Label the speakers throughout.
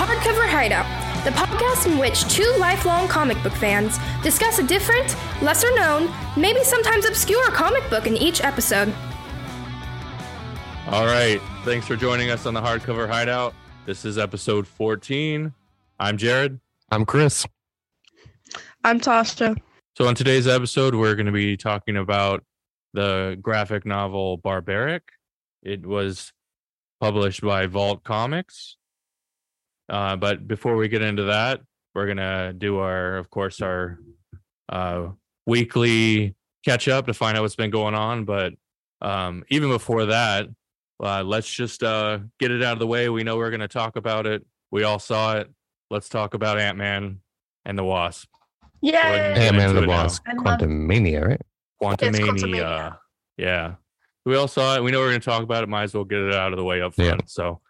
Speaker 1: Tied Up, the podcast in which two lifelong comic book fans discuss a different, lesser known, maybe sometimes obscure comic book in each episode.
Speaker 2: All right. Thanks for joining us on the Hardcover Hideout. This is episode 14. I'm Jared.
Speaker 3: I'm Chris.
Speaker 4: I'm Tasha.
Speaker 2: So, on today's episode, we're going to be talking about the graphic novel Barbaric. It was published by Vault Comics. Uh, but before we get into that, we're going to do our, of course, our uh, weekly catch up to find out what's been going on. But um, even before that, uh, let's just uh, get it out of the way. We know we're going to talk about it. We all saw it. Let's talk about Ant Man and the Wasp.
Speaker 4: Yay!
Speaker 2: Hey,
Speaker 3: Hey,
Speaker 2: man,
Speaker 3: man of
Speaker 2: do it
Speaker 3: the Wasp,
Speaker 4: now. I love-
Speaker 3: Quantum Mania, right?
Speaker 2: Quantumania.
Speaker 4: Quantumania.
Speaker 2: Yeah. We all saw it. We know we're going to talk about it. Might as well get it out of the way up
Speaker 3: Yeah.
Speaker 2: front. So,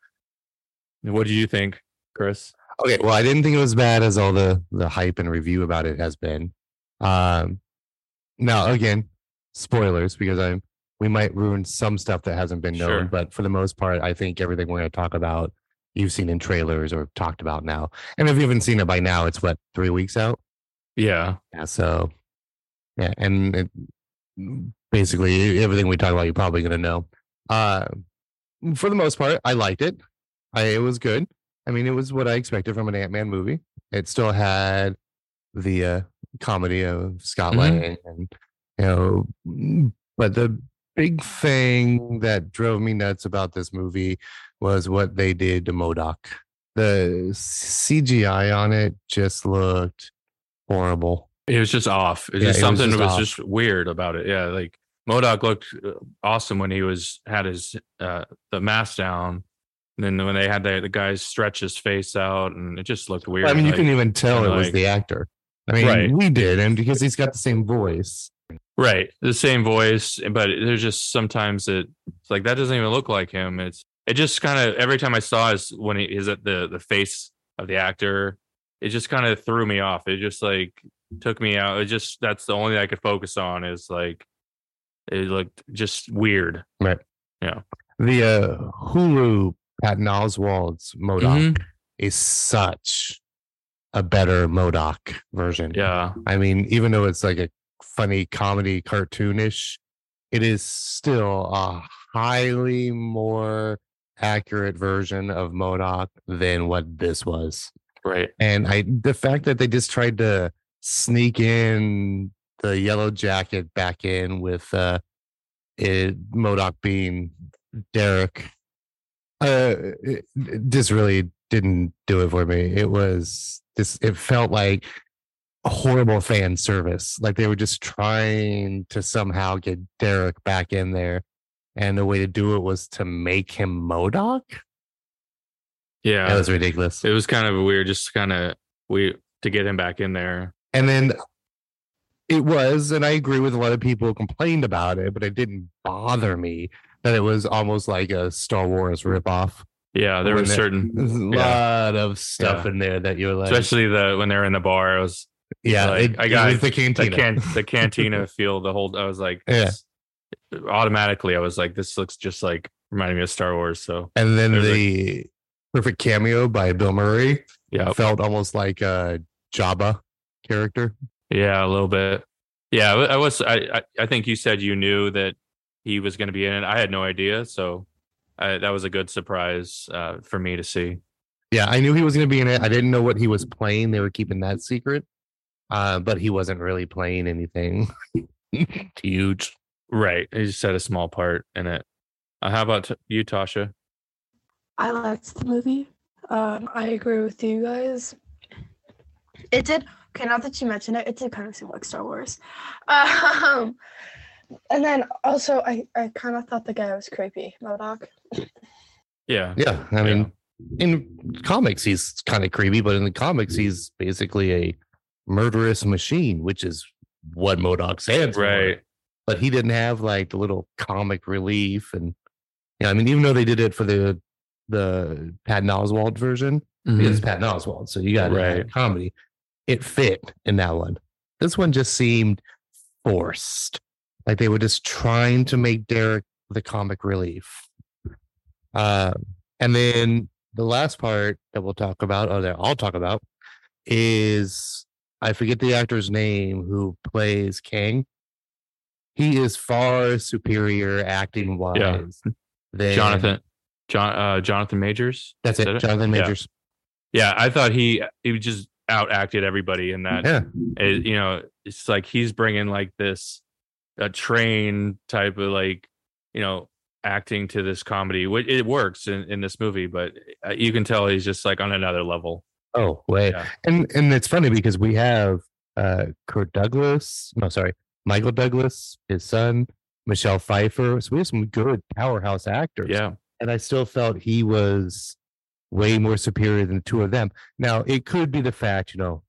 Speaker 2: what do you think, Chris?
Speaker 3: Okay, well, I didn't think it was bad as all the the hype and review about it has been. Um, now again, spoilers because I'm we might ruin some stuff that hasn't been known,
Speaker 2: Sure.
Speaker 3: but for the most part, I think everything we're going to talk about you've seen in trailers or talked about now. And if you haven't seen it by now, it's what three weeks out.
Speaker 2: Yeah.
Speaker 3: Yeah, so yeah, and it, mm, basically e-, everything we talk about, you're probably gonna know. Uh, for the most part, I liked it. I it was good. I mean, it was what I expected from an Ant Man movie. It still had the uh, comedy of Scott
Speaker 2: Mhm.
Speaker 3: Lang, and you know, mm, but the big thing that drove me nuts about this movie was what they did to Modoc. The CGI on it just looked horrible.
Speaker 2: It was just off. It was
Speaker 3: Yeah,
Speaker 2: just
Speaker 3: it was
Speaker 2: something
Speaker 3: just
Speaker 2: that was
Speaker 3: off.
Speaker 2: just weird about it. Yeah, like Modoc looked uh, awesome when he was had his uh the mask down. And then when they had the, the guys stretch his face out and it just looked weird.
Speaker 3: I mean, you
Speaker 2: like-
Speaker 3: couldn't even tell it
Speaker 2: and,
Speaker 3: was
Speaker 2: like-
Speaker 3: the actor. I mean,
Speaker 2: Right.
Speaker 3: we did, and because he's got the same voice.
Speaker 2: Right. The same voice, but there's just sometimes it, it's like that doesn't even look like him. It's it just kind of every time I saw is when he is at the the face of the actor, it just kind of threw me off. It just like took me out. It just that's the only thing I could focus on is like it looked just weird.
Speaker 3: The uh, Hulu Patton Oswald's Modoc
Speaker 2: Mm-hmm.
Speaker 3: is such a better Modoc version.
Speaker 2: Yeah.
Speaker 3: I mean, even though it's like a funny comedy cartoonish, it is still a highly more accurate version of Modoc than what this was.
Speaker 2: Right.
Speaker 3: And I the fact that they just tried to sneak in the yellow jacket back in with uh it Modoc being Derek uh it, it just really didn't do it for me. It was this it felt like horrible fan service. Like they were just trying to somehow get Derek back in there. And the way to do it was to make him Modoc.
Speaker 2: Yeah.
Speaker 3: That was ridiculous.
Speaker 2: it was kind of weird, just kind of we to get him back in there.
Speaker 3: And then it was, and I agree with a lot of people who complained about it, but it didn't bother me that it was almost like a Star Wars ripoff.
Speaker 2: Yeah. Oh, There
Speaker 3: When
Speaker 2: was
Speaker 3: they-
Speaker 2: certain
Speaker 3: There's a lot of stuff
Speaker 2: Yeah.
Speaker 3: in there that you're like,
Speaker 2: especially the when they're in the bar, I was
Speaker 3: yeah,
Speaker 2: like, I got
Speaker 3: it was the
Speaker 2: the
Speaker 3: cantina.
Speaker 2: can the cantina feel the whole i was like
Speaker 3: Yeah.
Speaker 2: this- automatically i was like this looks just like reminding me of star wars so
Speaker 3: and then
Speaker 2: there's like-
Speaker 3: the perfect cameo by Bill Murray
Speaker 2: yeah
Speaker 3: felt almost like a Jabba character.
Speaker 2: yeah a little bit yeah i was i i, I think you said you knew that he was going to be in it i had no idea so I, that was a good surprise uh, for me to see
Speaker 3: Yeah, I knew he was going to be in it. I didn't know what he was playing. They were keeping that secret, uh, but he wasn't really playing anything huge.
Speaker 2: right he just had a small part in it uh, how about t- you tasha
Speaker 4: I liked the movie. Um, I agree with you guys. It did. Okay, now that you mention it, it did kind of seem like Star Wars. Um, and then also, I, I kind of thought the guy was creepy, Modoc.
Speaker 2: yeah
Speaker 3: Yeah, I mean, in comics he's kind of creepy, but in the comics he's basically a murderous machine, which is what Modoc stands for.
Speaker 2: right
Speaker 3: But he didn't have like the little comic relief, and yeah, I mean, even though they did it for the the Patton Oswald version,
Speaker 2: Mm-hmm.
Speaker 3: it's Patton Oswald, so you got
Speaker 2: Right.
Speaker 3: comedy. It fit in that one. This one just seemed forced, like they were just trying to make Derek the comic relief. Uh, Um, and then the last part that we'll talk about, or that I'll talk about, is I forget the actor's name who plays Kang. He is far superior acting wise than
Speaker 2: Jonathan, John, uh, Jonathan Majors.
Speaker 3: That's
Speaker 2: Is
Speaker 3: it,
Speaker 2: that it?
Speaker 3: Jonathan
Speaker 2: Yeah.
Speaker 3: Majors.
Speaker 2: Yeah, I thought he he just out acted everybody in that.
Speaker 3: yeah.
Speaker 2: It- you know, it's like he's bringing like this a train type of like you know acting to this comedy. Which it works in in this movie, but uh, you can tell he's just like on another level.
Speaker 3: Oh, wait.
Speaker 2: Yeah.
Speaker 3: And and it's funny because we have uh Kurt Douglas, no, sorry, Michael Douglas, his son, Michelle Pfeiffer. So we have some good powerhouse actors.
Speaker 2: Yeah,
Speaker 3: And I still felt he was way more superior than the two of them. Now it could be the fact, you know,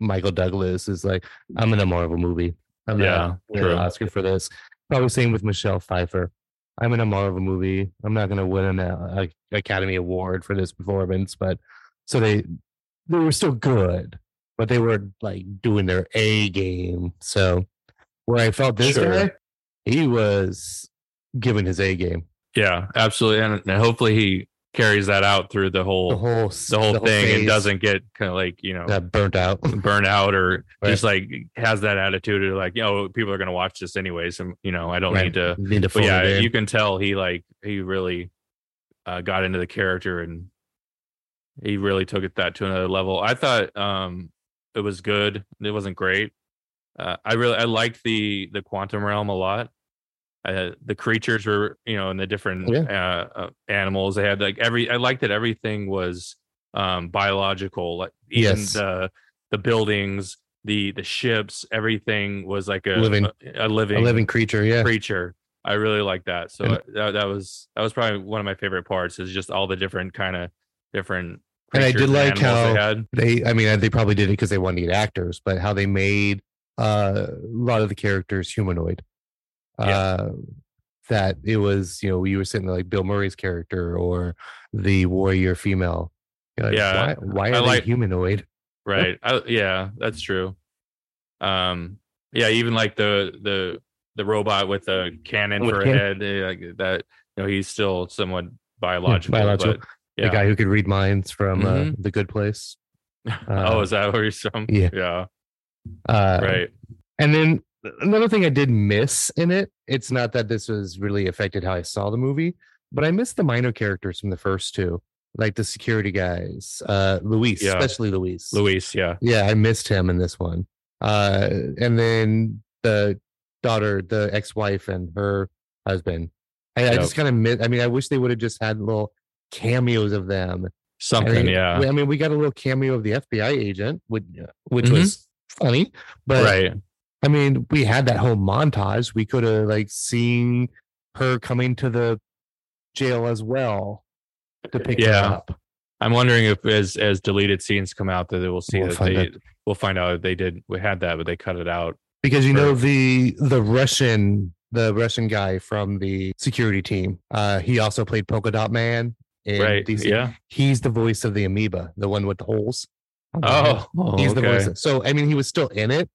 Speaker 3: Michael Douglas is like, I'm in a Marvel movie. I'm
Speaker 2: Yeah,
Speaker 3: not gonna win
Speaker 2: true.
Speaker 3: an Oscar for this. Probably same with Michelle Pfeiffer. I'm in a Marvel movie. I'm not gonna win an uh, a- Academy Award for this performance, but so they they were still good, but they were like doing their A game. So where I felt this
Speaker 2: Sure.
Speaker 3: guy, he was giving his A game.
Speaker 2: yeah, absolutely, and, and hopefully he carries that out through the whole
Speaker 3: The
Speaker 2: the whole,
Speaker 3: whole
Speaker 2: thing and
Speaker 3: phase
Speaker 2: doesn't get kind of like you know
Speaker 3: got burnt out.
Speaker 2: burn out or
Speaker 3: Right.
Speaker 2: just like has that attitude of like, you know, people are gonna watch this anyways, and you know, I don't
Speaker 3: Right.
Speaker 2: need to.
Speaker 3: Need to
Speaker 2: But
Speaker 3: fold
Speaker 2: yeah,
Speaker 3: it in.
Speaker 2: you can tell he like he really uh, got into the character and he really took it that to another level. I thought um it was good. It wasn't great. Uh, I really I liked the the quantum realm a lot. Uh, the creatures were you know in the different
Speaker 3: Yeah.
Speaker 2: uh, uh, animals they had like every I liked that everything was um biological like even
Speaker 3: Yes.
Speaker 2: the the buildings the the ships everything was like a
Speaker 3: Living.
Speaker 2: a, a living
Speaker 3: a living creature. Yeah,
Speaker 2: creature. I really like that. So
Speaker 3: And-
Speaker 2: uh, that, that was that was probably one of my favorite parts is just all the different kind of different.
Speaker 3: And I did
Speaker 2: creatures animals
Speaker 3: like
Speaker 2: they
Speaker 3: how-
Speaker 2: had.
Speaker 3: they. I mean, they probably did it because they wanted to get actors, but how they made uh, a lot of the characters humanoid.
Speaker 2: Yeah.
Speaker 3: Uh, that it was, you know, you were sitting there like Bill Murray's character or the warrior female. You're like,
Speaker 2: Yeah,
Speaker 3: why, why
Speaker 2: I
Speaker 3: are
Speaker 2: like-
Speaker 3: they humanoid?
Speaker 2: right I, yeah that's true um yeah even like the the the robot with the cannon
Speaker 3: With
Speaker 2: for a head eh, like that you know he's still somewhat biological,
Speaker 3: biological.
Speaker 2: but yeah
Speaker 3: The guy who could read minds from uh,
Speaker 2: Mhm.
Speaker 3: the Good Place.
Speaker 2: oh
Speaker 3: uh,
Speaker 2: is that where he's from
Speaker 3: yeah.
Speaker 2: yeah
Speaker 3: Uh,
Speaker 2: right
Speaker 3: And then another thing I did miss in it, it's not that this was really affected how I saw the movie, but I missed the minor characters from the first two, like the security guys, uh Luis,
Speaker 2: Yeah.
Speaker 3: especially Luis.
Speaker 2: luis yeah
Speaker 3: Yeah, I missed him in this one. Uh and then the daughter, the ex-wife and her husband. I, I
Speaker 2: Yep.
Speaker 3: just kind of miss I mean, I wish they would have just had little cameos of them I
Speaker 2: something
Speaker 3: mean,
Speaker 2: yeah
Speaker 3: we- I mean, we got a little cameo of the FBI agent, which, uh, which
Speaker 2: Mhm.
Speaker 3: was funny, but
Speaker 2: right
Speaker 3: I mean, we had that whole montage. We could have like seen her coming to the jail as well to pick
Speaker 2: Yeah.
Speaker 3: her up.
Speaker 2: i'm wondering if as as deleted scenes come out that they will see
Speaker 3: We'll
Speaker 2: that
Speaker 3: find
Speaker 2: they we'll find out if they did we had that but they cut it out
Speaker 3: Because you know
Speaker 2: Right.
Speaker 3: the the Russian the Russian guy from the security team. Uh he also played Polka Dot Man in
Speaker 2: right
Speaker 3: DC.
Speaker 2: yeah
Speaker 3: He's the voice of the amoeba, the one with the holes.
Speaker 2: oh, oh,
Speaker 3: he's the
Speaker 2: okay
Speaker 3: voice. So I mean he was still in it.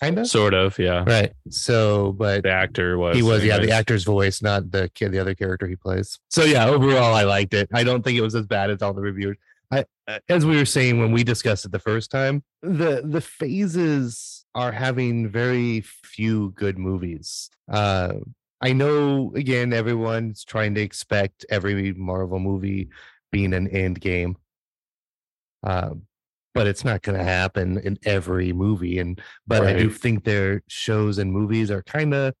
Speaker 3: Kind of.
Speaker 2: sort of yeah
Speaker 3: right. So but
Speaker 2: the actor was
Speaker 3: he was yeah the
Speaker 2: anyways.
Speaker 3: actor's voice not the kid the other character he plays so yeah overall i liked it i don't think it was as bad as all the reviewers i uh, as we were saying when we discussed it the first time the the phases are having very few good movies uh i know again everyone's trying to expect every marvel movie being an end game uh, but it's not going to happen in every movie and but i do
Speaker 2: Right.
Speaker 3: think their shows and movies are kind of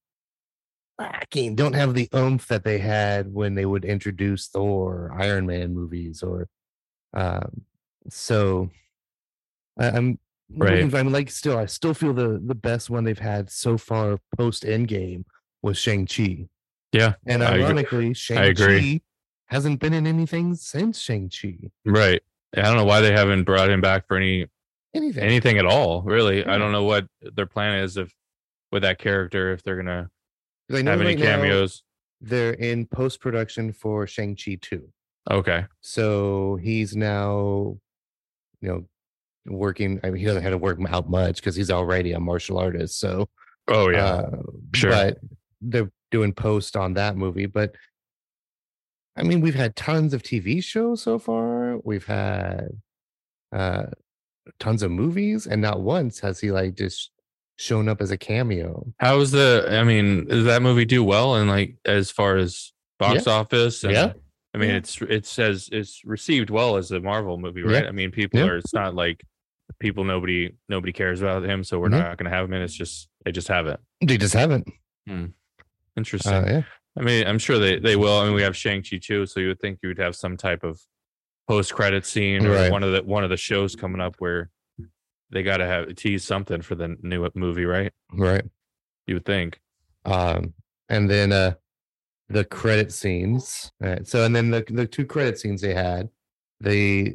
Speaker 3: lacking don't have the oomph that they had when they would introduce thor or iron man movies or um so I, i'm
Speaker 2: Right.
Speaker 3: looking- i'm like still i still feel the the best one they've had so far post endgame was shang-chi
Speaker 2: Yeah,
Speaker 3: and
Speaker 2: I agree.
Speaker 3: ironically
Speaker 2: agree.
Speaker 3: shang-chi hasn't been in anything since shang-chi
Speaker 2: Right. I don't know why they haven't brought him back for any
Speaker 3: anything
Speaker 2: anything at all. Really, I
Speaker 3: Yeah.
Speaker 2: don't know what their plan is if with that character if they're gonna
Speaker 3: 'Cause I know
Speaker 2: have any
Speaker 3: right now
Speaker 2: cameos.
Speaker 3: they're in post production for Shang Chi two,
Speaker 2: Okay.
Speaker 3: so he's now, you know, working. I mean, he doesn't have to work out much because he's already a martial artist. So
Speaker 2: Oh yeah.
Speaker 3: uh,
Speaker 2: Sure.
Speaker 3: But they're doing post on that movie, but I mean, we've had tons of TV shows so far. We've had uh, tons of movies, and not once has he like just shown up as a cameo.
Speaker 2: How's the? I mean, does that movie do well? And like, as far as box office, and,
Speaker 3: Yeah.
Speaker 2: I mean,
Speaker 4: Yeah.
Speaker 2: it's it says it's received well as a Marvel movie, right?
Speaker 3: Yeah.
Speaker 2: I mean, people
Speaker 3: Yeah.
Speaker 2: are. It's not like people nobody nobody cares about him, so we're
Speaker 3: Mhm.
Speaker 2: not going to have him. And it's just they just have it.
Speaker 3: They just haven't.
Speaker 2: Interesting.
Speaker 3: Uh, yeah.
Speaker 2: I mean, I'm sure they they will. I mean, we have Shang Chi too, so you would think you would have some type of post credit scene or
Speaker 3: Right.
Speaker 2: one of the one of the shows coming up where they got to have tease something for the new movie, right?
Speaker 3: Right.
Speaker 2: You would think.
Speaker 3: um and then uh the credit scenes all right so and then the the two credit scenes they had the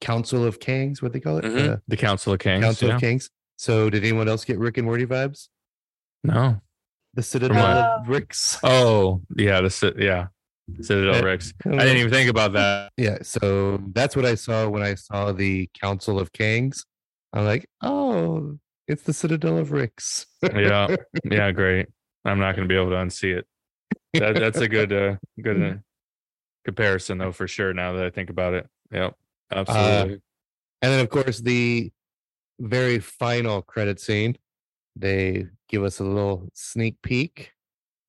Speaker 3: council of kings what they call it
Speaker 2: Mhm. The Council of
Speaker 3: the
Speaker 2: Kings.
Speaker 3: council
Speaker 2: yeah.
Speaker 3: of kings so did anyone else get rick and morty vibes
Speaker 2: No.
Speaker 3: the citadel of ricks
Speaker 2: Oh, yeah. The Ci- yeah. Citadel
Speaker 3: Yeah.
Speaker 2: Rex. I didn't even think about that.
Speaker 3: yeah so that's what i saw when i saw the council of kings i'm like oh it's the citadel of ricks
Speaker 2: Yeah. Yeah. Great. I'm not going to be able to unsee it. That, that's a good uh, good uh, comparison though, for sure. Now that I think about it. Yep. Absolutely.
Speaker 3: Uh, And then, of course, the very final credit scene, they give us a little sneak peek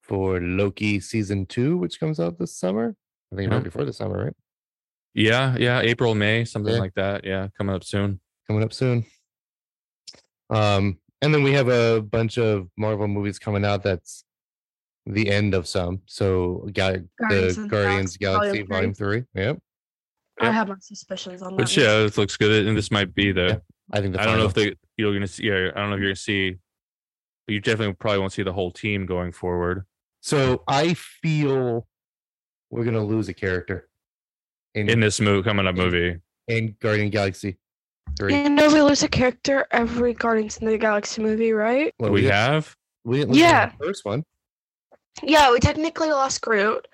Speaker 3: for Loki season two, which comes out this summer. I think
Speaker 2: Yeah.
Speaker 3: right before the summer, right?
Speaker 2: Yeah, yeah, April, May, something
Speaker 3: Yeah.
Speaker 2: like that. Yeah, coming up soon.
Speaker 3: Coming up soon. Um, and then we have a bunch of Marvel movies coming out. That's the end of some. So, Ga-
Speaker 4: Guardians
Speaker 3: the
Speaker 4: of the
Speaker 3: Guardians Galaxy,
Speaker 4: Galaxy Volume
Speaker 3: Volume Three. Yep,
Speaker 4: I
Speaker 2: Yep.
Speaker 4: have my suspicions on that.
Speaker 2: But yeah, this looks good, and this might be the.
Speaker 3: I think. The
Speaker 2: I don't know if
Speaker 3: final-
Speaker 2: they you're gonna see. Yeah, I don't know if you're gonna see. You definitely probably won't see the whole team going forward.
Speaker 3: So I feel we're gonna lose a character
Speaker 2: in this movie coming up movie.
Speaker 3: and Guardian Galaxy three.
Speaker 4: You know we lose a character every Guardians of the Galaxy movie, right?
Speaker 3: Well,
Speaker 2: we
Speaker 3: didn't-
Speaker 2: have
Speaker 3: we didn't lose him in
Speaker 4: Yeah.
Speaker 3: the first one.
Speaker 4: Yeah, we technically lost Groot.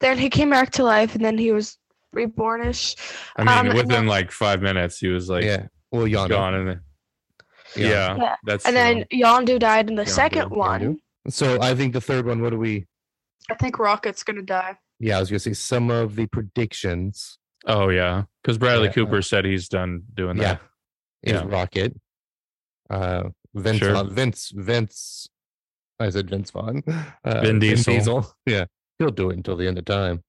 Speaker 4: Then he came back to life, and then he was rebornish.
Speaker 2: I mean
Speaker 4: Um, and
Speaker 2: within
Speaker 4: then-
Speaker 2: like five minutes he was like
Speaker 3: yeah, well, Yondu.
Speaker 2: gone and then- yeah,
Speaker 4: Yeah.
Speaker 2: that's
Speaker 4: And then Yondu died in the
Speaker 2: Yondu,
Speaker 4: second one.
Speaker 3: Yondu. So I think the third one. What do we?
Speaker 4: I think Rocket's gonna die.
Speaker 3: Yeah, I was gonna say some of the predictions.
Speaker 2: oh yeah because Bradley
Speaker 3: Yeah, uh,
Speaker 2: Cooper said he's done doing
Speaker 3: yeah,
Speaker 2: that.
Speaker 3: is
Speaker 2: Yeah.
Speaker 3: Rocket. Uh, Vince,
Speaker 2: Sure.
Speaker 3: Vaughn- Vince, Vince. I said Vince Vaughn. Uh,
Speaker 2: Vin Diesel.
Speaker 3: Yeah, he'll do it until the end of time.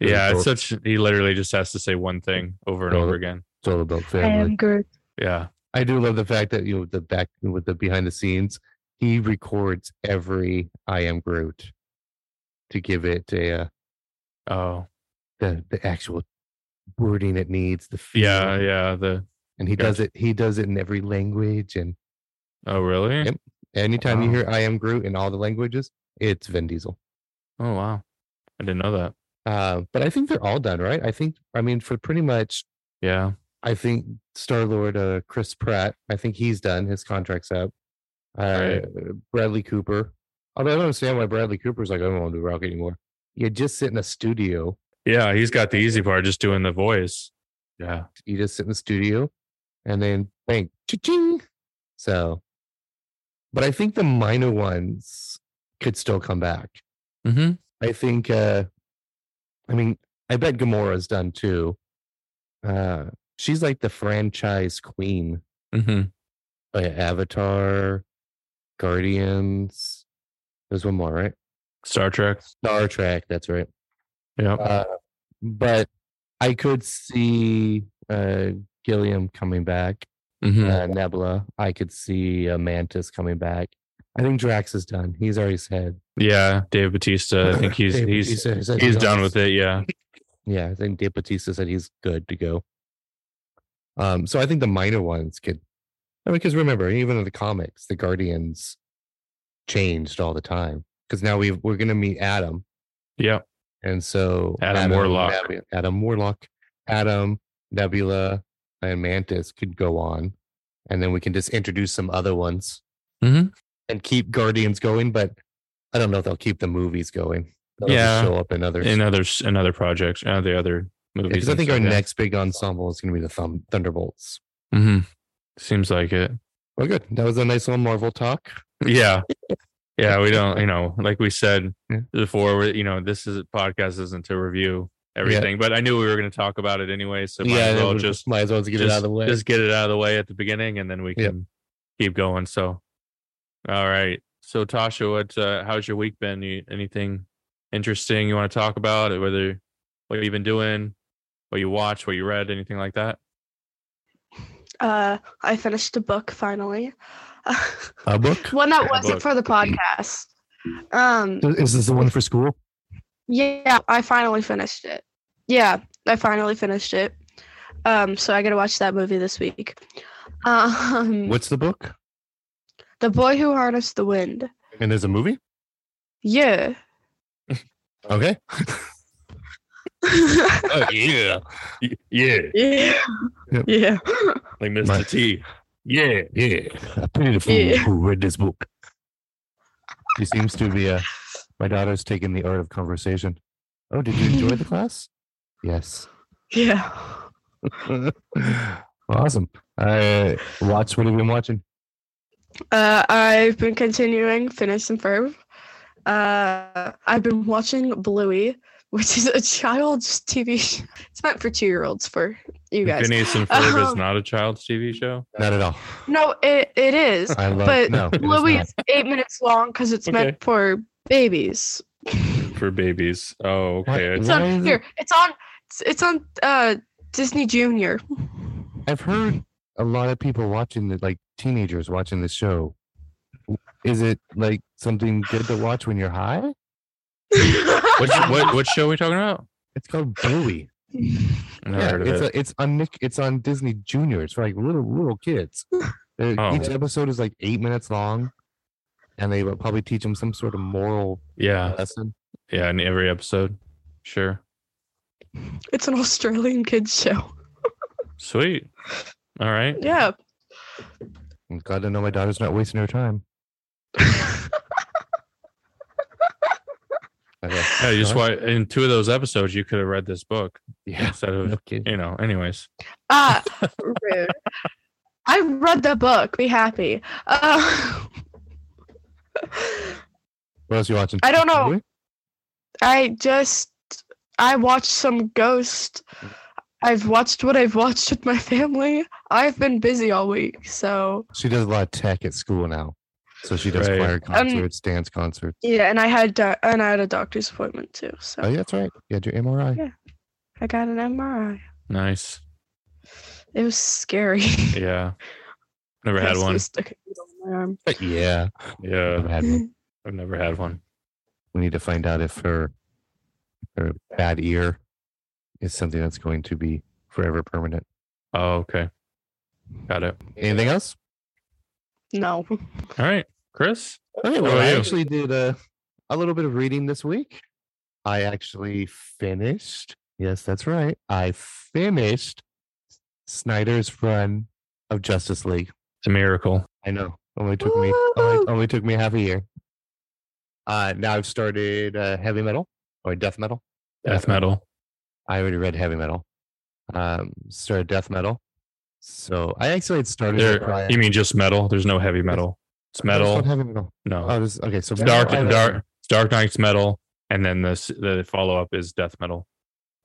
Speaker 3: Really
Speaker 2: Yeah, it's
Speaker 3: cool.
Speaker 2: such he literally just has to say one thing over and
Speaker 3: Well,
Speaker 2: over again.
Speaker 3: It's all about family.
Speaker 4: Groot.
Speaker 2: Yeah,
Speaker 3: I do love the fact that you know, the back with the behind the scenes, he records every "I am Groot" to give it a uh,
Speaker 2: oh
Speaker 3: the the actual wording it needs. The feel.
Speaker 2: yeah, yeah. The
Speaker 3: and he does it. He does it in every language. And
Speaker 2: oh really?
Speaker 3: Yep. anytime you
Speaker 2: Wow.
Speaker 3: hear "I am Groot" in all the languages, it's Vin Diesel.
Speaker 2: Oh wow, I didn't know that.
Speaker 3: Uh, but I think they're all done, right? I think. I mean, for pretty much,
Speaker 2: Yeah,
Speaker 3: I think Star Lord, uh, Chris Pratt. I think he's done. His contract's up. Uh,
Speaker 2: Right.
Speaker 3: Bradley Cooper. Although I don't understand why Bradley Cooper's like, I don't want to do Rocket anymore. You just sit in a studio.
Speaker 2: yeah. He's got the easy part, just doing the voice. Yeah,
Speaker 3: You just sit in the studio, and then bang, cha-ching. So, but I think the minor ones could still come back.
Speaker 2: mm-hmm.
Speaker 3: I think. uh I mean, I bet Gamora's done too. Uh, she's like the franchise queen.
Speaker 2: Mm-hmm.
Speaker 3: Oh, yeah, Avatar, Guardians. There's one more, right?
Speaker 2: Star Trek.
Speaker 3: Star Trek. That's right.
Speaker 2: Yeah,
Speaker 3: Uh, but I could see uh, Gilliam coming back.
Speaker 2: mm-hmm.
Speaker 3: Uh, Nebula. I could see uh, Mantis coming back. I think Drax is done. He's already said.
Speaker 2: yeah. Dave Batista. I think he's
Speaker 3: Dave
Speaker 2: he's
Speaker 3: Bautista said
Speaker 2: he's done with it. Yeah,
Speaker 3: Yeah, I think Dave Batista said he's good to go. Um, so I think the minor ones could. I mean, because remember, even in the comics, the Guardians changed all the time. Because now we we're gonna meet Adam,
Speaker 2: yeah.
Speaker 3: and so
Speaker 2: Adam Warlock.
Speaker 3: Nebu- Adam Warlock, Adam Nebula, and Mantis could go on, and then we can just introduce some other ones
Speaker 2: Mhm.
Speaker 3: and keep Guardians going. But I don't know if they'll keep the movies going. They'll just
Speaker 2: Yeah.
Speaker 3: show up in others.
Speaker 2: In other s- in other projects, uh, the other movies.
Speaker 3: Because I
Speaker 2: and
Speaker 3: think our
Speaker 2: stuff, yeah.
Speaker 3: next big ensemble is going to be the Thumb- Thunderbolts.
Speaker 2: Mhm. Seems like it.
Speaker 3: Well, good. That was a nice little Marvel talk.
Speaker 2: Yeah, yeah, we don't, you know, like we said
Speaker 3: Yeah.
Speaker 2: before, we're, you know, this is podcast isn't to review everything, but I knew we were going to talk about it anyway, so might as
Speaker 3: it
Speaker 2: well
Speaker 3: was-
Speaker 2: just
Speaker 3: might as well just get
Speaker 2: just,
Speaker 3: it out of the way.
Speaker 2: Just get it out of the way at the beginning, and then we
Speaker 3: Yep.
Speaker 2: can keep going. So, all right. So, Tasha, what? Uh, how's your week been? You, anything interesting you want to talk about? Or Whether what you've been doing, what you watched, what you read, anything like that?
Speaker 4: Uh, I finished a book finally.
Speaker 3: a book?
Speaker 4: one that
Speaker 2: A book.
Speaker 4: wasn't for the podcast. Um,
Speaker 3: Is this the one for school?
Speaker 4: yeah, I finally finished it. Yeah, I finally finished it. Um, so I gotta watch that movie this week. Um,
Speaker 3: What's the book?
Speaker 4: the boy who harnessed the wind.
Speaker 3: And there's a movie?
Speaker 4: Yeah.
Speaker 3: Okay. Oh, yeah.
Speaker 2: Yeah,
Speaker 4: yeah.
Speaker 3: Yep.
Speaker 4: Yeah.
Speaker 2: like
Speaker 3: Mr. My-
Speaker 2: T.
Speaker 3: Yeah. Yeah. I pity the fool
Speaker 4: Yeah.
Speaker 3: who read this book. She seems to be uh my daughter's taking the art of conversation. Oh, did you enjoy the class? Yes.
Speaker 4: Yeah.
Speaker 3: awesome. I watched what have you been watching?
Speaker 4: Uh, I've been continuing Phineas and Ferb. Uh, I've been watching Bluey, which is a child's TV show. It's meant for two-year-olds for you guys.
Speaker 2: Phineas and Ferb is
Speaker 4: Um,
Speaker 2: not a child's TV show.
Speaker 3: Not at all.
Speaker 4: No, it, it is.
Speaker 3: I love
Speaker 4: But
Speaker 3: no. it is
Speaker 4: Bluey
Speaker 3: not.
Speaker 4: is eight minutes long because it's
Speaker 2: Okay.
Speaker 4: meant for babies.
Speaker 2: for babies. Oh,
Speaker 3: What-
Speaker 2: okay.
Speaker 4: It's
Speaker 3: Why
Speaker 4: on
Speaker 3: is it-
Speaker 4: here. It's on. It's, it's on uh Disney Junior.
Speaker 3: I've heard a lot of people watching the like teenagers watching the show. Is it like something good to watch when you're high?
Speaker 2: What, what what show are we talking about?
Speaker 3: It's called Bluey.
Speaker 2: I never
Speaker 3: Yeah,
Speaker 2: heard of
Speaker 3: it's
Speaker 2: it.
Speaker 3: A, it's on Nick. It's on Disney Junior. It's for like little little kids. They're-
Speaker 2: Oh.
Speaker 3: Each episode is like eight minutes long, and they will probably teach them some sort of moral
Speaker 2: yeah,
Speaker 3: lesson.
Speaker 2: yeah. In every episode, sure.
Speaker 4: It's an Australian kids show.
Speaker 2: Sweet. All right.
Speaker 4: Yeah.
Speaker 3: I'm glad to know my daughter's not wasting her time. Okay.
Speaker 2: Yeah, you just
Speaker 3: Alright.
Speaker 2: why in two of those episodes you could have read this book
Speaker 3: Yeah.
Speaker 2: instead of
Speaker 3: no kidding.
Speaker 2: you know. Anyways,
Speaker 4: Ah, rude. I read the book. Be happy. Uh,
Speaker 3: What else you watching?
Speaker 4: I don't know.
Speaker 3: Bluey?
Speaker 4: I just I watched some Ghost. I've watched what I've watched with my family. I've been busy all week, so
Speaker 3: She does a lot of tech at school now, so she does
Speaker 2: Right.
Speaker 3: choir concerts, dance concerts.
Speaker 4: yeah. And I had do- and I had a doctor's appointment too, so
Speaker 3: Oh, yeah, that's right. You had your MRI.
Speaker 4: Yeah. I got an MRI.
Speaker 2: nice.
Speaker 4: It was scary.
Speaker 2: Yeah, never
Speaker 4: I
Speaker 2: had
Speaker 4: still
Speaker 2: one.
Speaker 4: stuck a needle in my arm.
Speaker 3: Yeah. I've
Speaker 2: Yeah,
Speaker 3: had one.
Speaker 2: I've never had one.
Speaker 3: we need to find out if her her bad ear is something that's going to be forever permanent.
Speaker 2: Oh, okay, got it.
Speaker 3: Anything else?
Speaker 4: No.
Speaker 2: All right, Chris.
Speaker 3: Okay,
Speaker 2: How
Speaker 3: well,
Speaker 2: about
Speaker 3: I
Speaker 2: you?
Speaker 3: actually did a, a little bit of reading this week. I actually finished. Yes, that's right. I finished Snyder's run of Justice League.
Speaker 2: It's a miracle.
Speaker 3: I know. Only took me only,
Speaker 4: Woo!
Speaker 3: only took me half a year. Uh, now I've started uh, heavy metal or death metal.
Speaker 2: Death metal.
Speaker 3: I already read heavy metal. Um, started death metal. So I actually had started. it
Speaker 2: There,
Speaker 3: prior-
Speaker 2: you mean just metal? There's no heavy metal. It's
Speaker 3: Oh, it's called
Speaker 2: metal.
Speaker 3: Heavy metal.
Speaker 2: No,
Speaker 3: Oh, this, okay. So
Speaker 2: it's dark.
Speaker 3: I-
Speaker 2: Dark. Dark Knight's metal, and then this the follow up is death metal.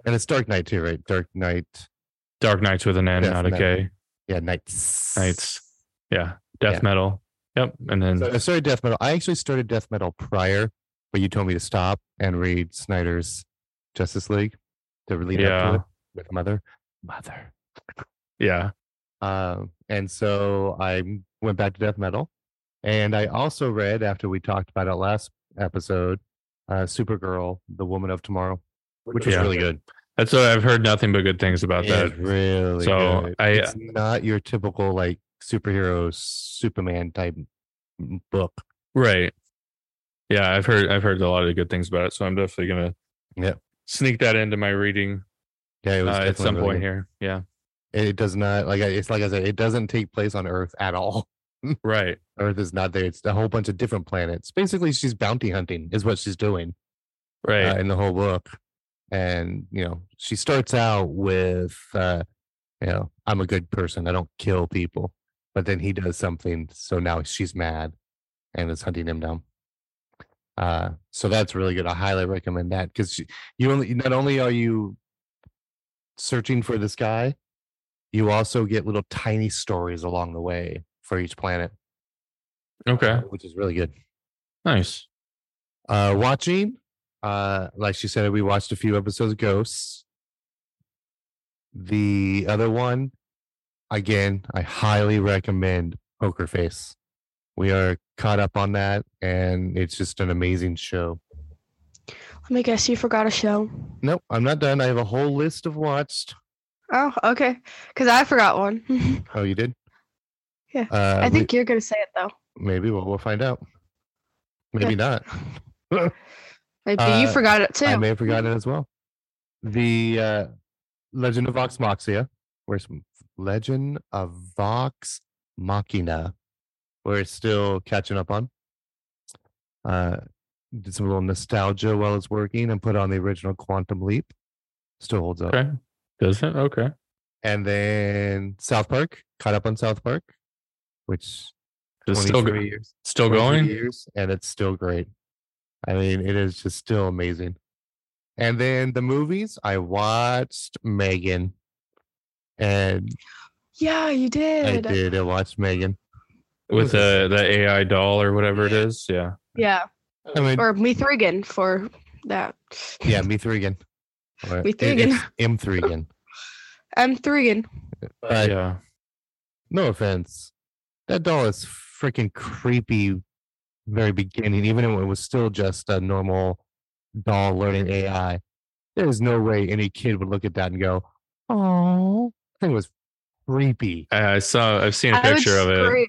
Speaker 3: and it's Dark Knight too, right? Dark Knight.
Speaker 2: Dark Knights with an N,
Speaker 3: Death
Speaker 2: not a
Speaker 3: metal.
Speaker 2: K.
Speaker 3: Yeah, Knights.
Speaker 2: Knights. Yeah, death
Speaker 3: Yeah.
Speaker 2: metal. Yep, and then
Speaker 3: So I started death metal. I actually started death metal prior, but you told me to stop and read Snyder's Justice League to lead up
Speaker 2: Yeah.
Speaker 3: to it with Mother. Mother.
Speaker 2: yeah.
Speaker 3: Um, and so I m- went back to death metal. And I also read, after we talked about it last episode, uh, Supergirl, The Woman of Tomorrow, which was
Speaker 2: Yeah.
Speaker 3: really good.
Speaker 2: That's what I've heard nothing but good things about
Speaker 3: It's
Speaker 2: that.
Speaker 3: really
Speaker 2: So
Speaker 3: good.
Speaker 2: I-
Speaker 3: it's uh, not your typical like superhero Superman type m- book.
Speaker 2: Right. Yeah, I've heard I've heard a lot of good things about it, so I'm definitely gonna
Speaker 3: Yep.
Speaker 2: sneak that into my reading
Speaker 3: Yeah, it
Speaker 2: uh,
Speaker 3: was
Speaker 2: at
Speaker 3: definitely
Speaker 2: some
Speaker 3: really
Speaker 2: point
Speaker 3: good.
Speaker 2: here. Yeah.
Speaker 3: It does not like I- it's like I said, it doesn't take place on Earth at all.
Speaker 2: Right.
Speaker 3: Earth is not there. It's a whole bunch of different planets. Basically, she's bounty hunting is what she's doing.
Speaker 2: Right.
Speaker 3: uh, in the whole book. And you know, she starts out with, uh, you know, I'm a good person. I don't kill people. But then he does something, so now she's mad, and is hunting him down. Uh, so that's really good. I highly recommend that because you only not only are you searching for the sky, you also get little tiny stories along the way for each planet,
Speaker 2: Okay.
Speaker 3: which is really good.
Speaker 2: Nice.
Speaker 3: Uh, watching, uh, like she said, we watched a few episodes of Ghosts. The other one, again, I highly recommend Poker Face. We are caught up on that, and it's just an amazing show.
Speaker 4: Let me guess, you forgot a show.
Speaker 3: Nope, I'm not done. I have a whole list of watched.
Speaker 4: Oh, okay. Because I forgot one.
Speaker 3: Oh, you did?
Speaker 4: Yeah,
Speaker 3: Uh,
Speaker 4: I
Speaker 3: we-
Speaker 4: think you're gonna say it though.
Speaker 3: maybe we'll, we'll find out. Maybe not.
Speaker 4: Maybe you
Speaker 3: Uh,
Speaker 4: forgot it too.
Speaker 3: I may have forgotten it as well. The uh, Legend of Vox Moxia. Where's m- Legend of Vox Machina? We're still catching up on. Uh, did some little nostalgia while it's working and put on the original Quantum Leap. Still holds up.
Speaker 2: Okay. Does it? Okay.
Speaker 3: And then South Park, caught up on South Park, which
Speaker 2: It's still go-
Speaker 3: 23 years.
Speaker 2: still
Speaker 3: 23
Speaker 2: going.
Speaker 3: years, and it's still great. I mean, it is just still amazing. And then the movies, I watched Megan, and
Speaker 4: yeah, you
Speaker 3: I
Speaker 4: did.
Speaker 3: did. I watched Megan.
Speaker 2: with
Speaker 3: was it?
Speaker 2: the the AI doll or whatever it is. Yeah.
Speaker 4: Yeah,
Speaker 3: I mean,
Speaker 4: or me Thrigan for that.
Speaker 3: yeah, me three again. Or
Speaker 4: Me
Speaker 3: it-
Speaker 4: three again.
Speaker 3: it's M three again.
Speaker 4: I'm Thrigan.
Speaker 3: But
Speaker 2: yeah.
Speaker 3: no offense, that doll is freaking creepy. Very beginning, even when it was still just a normal doll learning AI, there is no way any kid would look at that and go, "Oh, thing was creepy."
Speaker 2: I I saw. I've seen a
Speaker 4: I would
Speaker 2: picture of it.
Speaker 4: scream.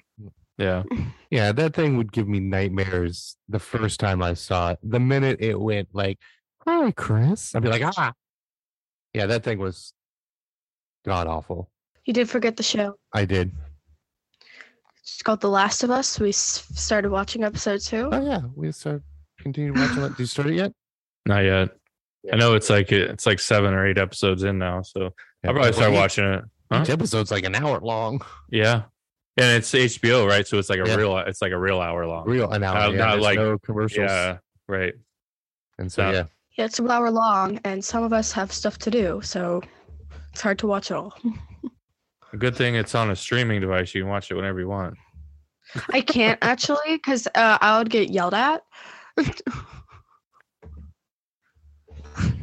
Speaker 2: Yeah.
Speaker 3: Yeah, that thing would give me nightmares the first time I saw it. The minute it went like, "Hi, Chris," I'd be like, "Ah." Yeah, that thing was god awful.
Speaker 4: You did forget the show.
Speaker 3: I did.
Speaker 4: It's called The Last of Us. We s- started watching episode two.
Speaker 3: Oh yeah, we started continue watching. it. Did you start it yet?
Speaker 2: Not yet.
Speaker 3: Yeah.
Speaker 2: I know it's like it's like seven or eight episodes in now, so I'll probably start
Speaker 3: Well, each-
Speaker 2: watching it. Huh?
Speaker 3: Each episode's like an hour long.
Speaker 2: Yeah, and it's HBO, right? So it's like a
Speaker 3: Yeah.
Speaker 2: real, it's like a real hour long.
Speaker 3: Real an hour.
Speaker 2: Not-
Speaker 3: yeah,
Speaker 2: Uh, not
Speaker 3: there's
Speaker 2: like-
Speaker 3: no commercials.
Speaker 2: yeah, right.
Speaker 3: And so
Speaker 2: not-
Speaker 3: yeah.
Speaker 4: Yeah, it's an hour long, and some of us have stuff to do, so it's hard to watch it all.
Speaker 2: A Good thing it's on a streaming device; you can watch it whenever you want.
Speaker 4: I can't actually, because uh, I would get yelled at.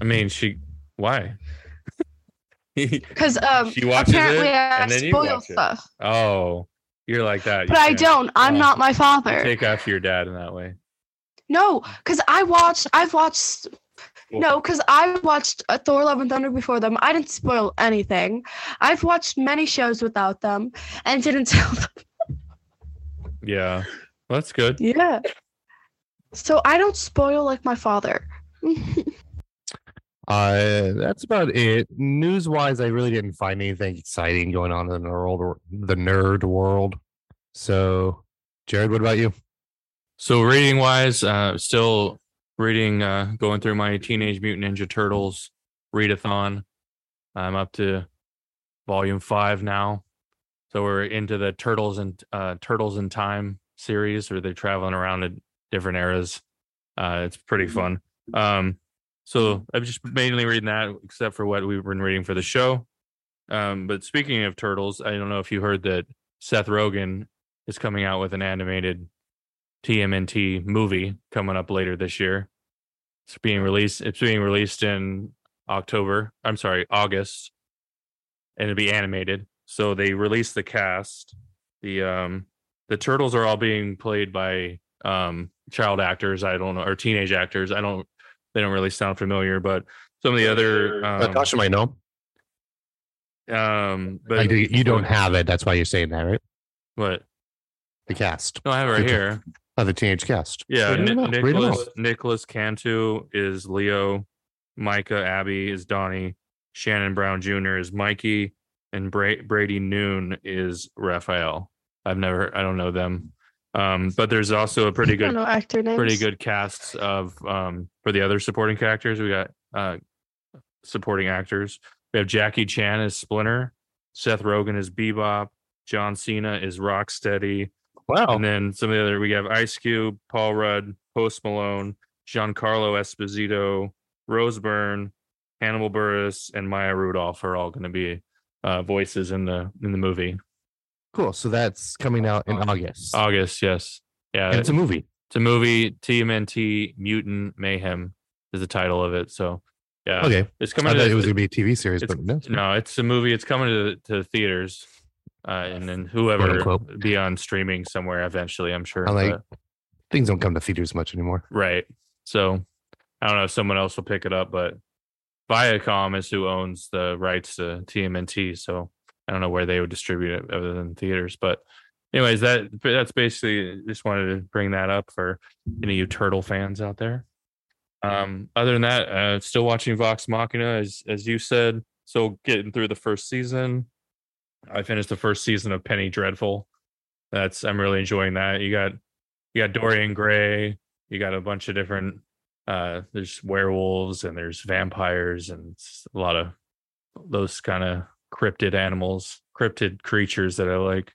Speaker 2: I mean, she why?
Speaker 4: Because um,
Speaker 2: She watches it,
Speaker 4: apparently I
Speaker 2: and then you
Speaker 4: spoil
Speaker 2: watch it.
Speaker 4: stuff,
Speaker 2: oh, you're like that,
Speaker 4: but I don't. I'm
Speaker 2: Oh.
Speaker 4: not my father.
Speaker 2: take after your dad in that way.
Speaker 4: No, because I watched. I've watched. No, because I watched uh, Thor: Love and Thunder before them. I didn't spoil anything. I've watched many shows without them and didn't tell them.
Speaker 2: Yeah, well, that's good.
Speaker 4: Yeah. So I don't spoil like my father.
Speaker 3: Uh, that's about it. News wise, I really didn't find anything exciting going on in the world, the nerd world. So, Jared, what about you?
Speaker 2: So reading wise, uh, still reading, uh, going through my Teenage Mutant Ninja Turtles readathon. I'm up to volume five now, so we're into the Turtles and uh, Turtles in Time series, where they're traveling around to different eras. Uh, it's pretty fun. Um, so I've just mainly reading that, except for what we've been reading for the show. Um, but speaking of turtles, I don't know if you heard that Seth Rogen is coming out with an animated TMNT movie coming up later this year. It's being released. It's being released in October. I'm sorry, August, and it'll be animated. So they released the cast. The um the turtles are all being played by um child actors. I don't know or teenage actors. I don't. They don't really sound familiar, but some of the other um,
Speaker 3: Natasha Uh, might know.
Speaker 2: um, but
Speaker 3: Like, you you don't have it. That's why you're saying that, right?
Speaker 2: what?
Speaker 3: The cast,
Speaker 2: No, I have it right
Speaker 3: Okay.
Speaker 2: here.
Speaker 3: oh, the teenage cast.
Speaker 2: Yeah,
Speaker 3: Read 'em
Speaker 2: Ni-
Speaker 3: out, read 'em
Speaker 2: Nicholas
Speaker 3: out.
Speaker 2: Nicholas Cantu is Leo, Micah Abby is Donnie, Shannon Brown Jr. is Mikey, and Bra- Brady Noon is Raphael. I've never, I don't know them, um, but there's also a pretty
Speaker 4: I don't
Speaker 2: good,
Speaker 4: know actor names.
Speaker 2: pretty good casts of um, for the other supporting characters. We got uh, supporting actors. We have Jackie Chan as Splinter, Seth Rogen is Bebop, John Cena is Rocksteady,
Speaker 3: Wow.
Speaker 2: And then some of the other we have Ice Cube, Paul Rudd, Post Malone, Giancarlo Esposito, Rose Byrne, Hannibal Burris, and Maya Rudolph are all going to be uh, voices in the in the movie.
Speaker 3: Cool. So that's coming out
Speaker 2: Uh,
Speaker 3: in August.
Speaker 2: August, yes, yeah,
Speaker 3: and it's a movie.
Speaker 2: it's a movie. TMNT Mutant Mayhem is the title of it. So yeah,
Speaker 3: Okay.
Speaker 2: it's
Speaker 3: Oh, I
Speaker 2: coming.
Speaker 3: thought
Speaker 2: to-
Speaker 3: it was going to be a TV series,
Speaker 2: it's-
Speaker 3: but no.
Speaker 2: no, it's a movie. It's coming to the, to the theaters, uh, and then
Speaker 3: Quote,
Speaker 2: whoever
Speaker 3: unquote.
Speaker 2: be on streaming somewhere eventually. I'm sure.
Speaker 3: I like-
Speaker 2: but-
Speaker 3: Things don't come to theaters much anymore.
Speaker 2: Right. So I don't know if someone else will pick it up, but Viacom is who owns the rights to TMNT. So I don't know where they would distribute it other than theaters. But anyways, that that's basically just wanted to bring that up for any of you turtle fans out there. Um, other than that, uh, still watching Vox Machina as as you said. So getting through the first season. I finished the first season of Penny Dreadful. That's I'm really enjoying that. You got you got Dorian Gray, you got a bunch of different uh there's werewolves and there's vampires and s- a lot of those kind of cryptid animals cryptid creatures that i like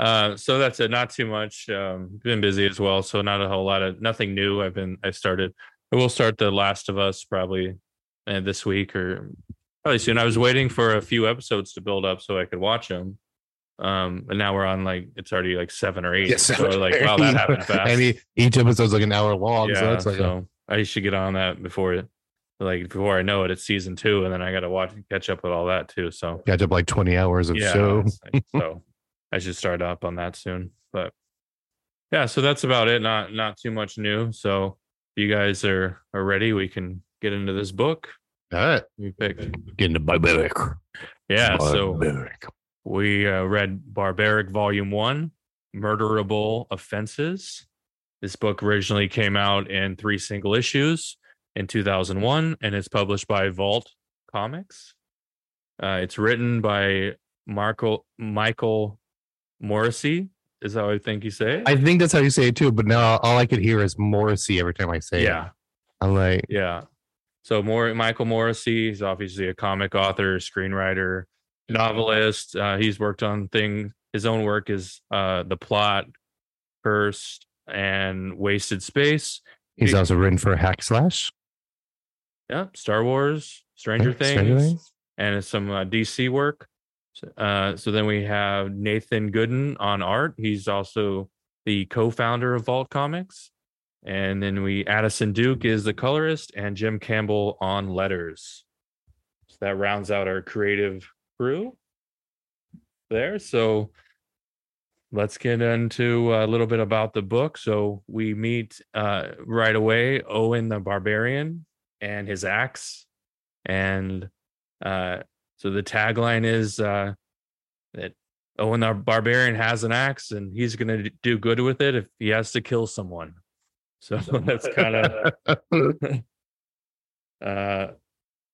Speaker 2: uh so that's it not too much um been busy as well so not a whole lot of nothing new i've been i started i will start the last of us probably uh, this week or probably soon i was waiting for a few episodes to build up so i could watch them um and now we're on like it's already like seven or eight so like wow that happened fast
Speaker 3: And e- each episode's like an hour long. so
Speaker 2: yeah,
Speaker 3: it's like, a-
Speaker 2: so I should get on that before it- like before I know it, it's season two, and then I got to watch and catch up with all that too. So
Speaker 3: catch up like 20 hours of
Speaker 2: yeah,
Speaker 3: show.
Speaker 2: it's like- so I should start up on that soon. But yeah, so that's about it. Not not too much new. So if you guys are are ready, we can get into this book
Speaker 3: All right.
Speaker 2: we picked.
Speaker 3: Getting to barbaric.
Speaker 2: Yeah, so
Speaker 3: Barbaric.
Speaker 2: We uh, read Barbaric Volume 1, Murderable Offenses. This book originally came out in three single issues in 2001 and it's published by Vault Comics. Uh, it's written by Marco, Michael Morrissey. Is that how I think you say it?
Speaker 3: I think that's how you say it too, but now all I could hear is Morrissey every time I say it.
Speaker 2: yeah.
Speaker 3: I'm like,
Speaker 2: Yeah. So more Michael Morrissey, he's obviously a comic author, screenwriter, novelist. Uh, he's worked on things. His own work is uh, The Plot, Cursed, and Wasted Space.
Speaker 3: he's
Speaker 2: Yeah.
Speaker 3: also written for Hack Slash.
Speaker 2: Yeah, Star Wars, Stranger
Speaker 3: right? Stranger
Speaker 2: Things, and some uh, DC work. So, uh, so then we have Nathan Gooden on art. He's also the co-founder of Vault Comics, and then we Addison Duke is the colorist, and Jim Campbell on letters. So that rounds out our creative crew there. So let's get into a little bit about the book. So we meet uh, right away Owen the Barbarian and his axe, and uh, so the tagline is uh, that Owen the Barbarian has an axe and he's going to do good with it if he has to kill someone. So that's kind of uh,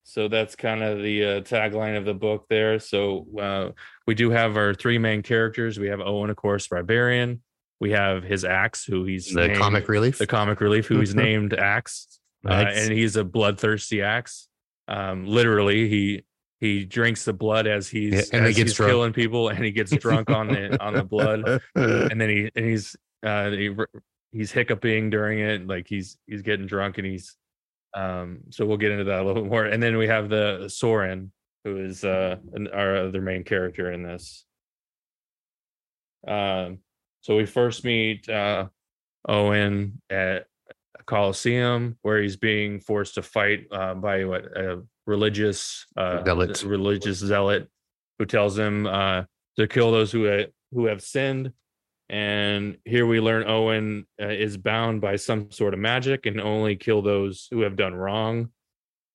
Speaker 2: so that's kind of the uh, tagline of the book there. So uh, we do have our three main characters. We have Owen, of course, Barbarian. We have his axe, who he's
Speaker 3: the
Speaker 2: named-
Speaker 3: comic relief.
Speaker 2: the comic relief, who he's named Axe. Uh,
Speaker 3: Axe.
Speaker 2: and he's a bloodthirsty axe. Um, literally, he he drinks the blood as he's
Speaker 3: Yeah, and he
Speaker 2: as
Speaker 3: gets
Speaker 2: he's
Speaker 3: drunk.
Speaker 2: killing people, and he gets drunk on the on the blood, and then he and he's uh, he, r- he's hiccuping during it, like he's he's getting drunk, and he's um. So we'll get into that a little bit more, and then we have the Soren, who is uh an, our other main character in this. Um. So we first meet uh, Owen at a Coliseum, where he's being forced to fight uh, by what a religious uh,
Speaker 3: Zealot.
Speaker 2: religious zealot, who tells him uh, to kill those who ha- who have sinned. And here we learn Owen uh, is bound by some sort of magic and only kill those who have done wrong.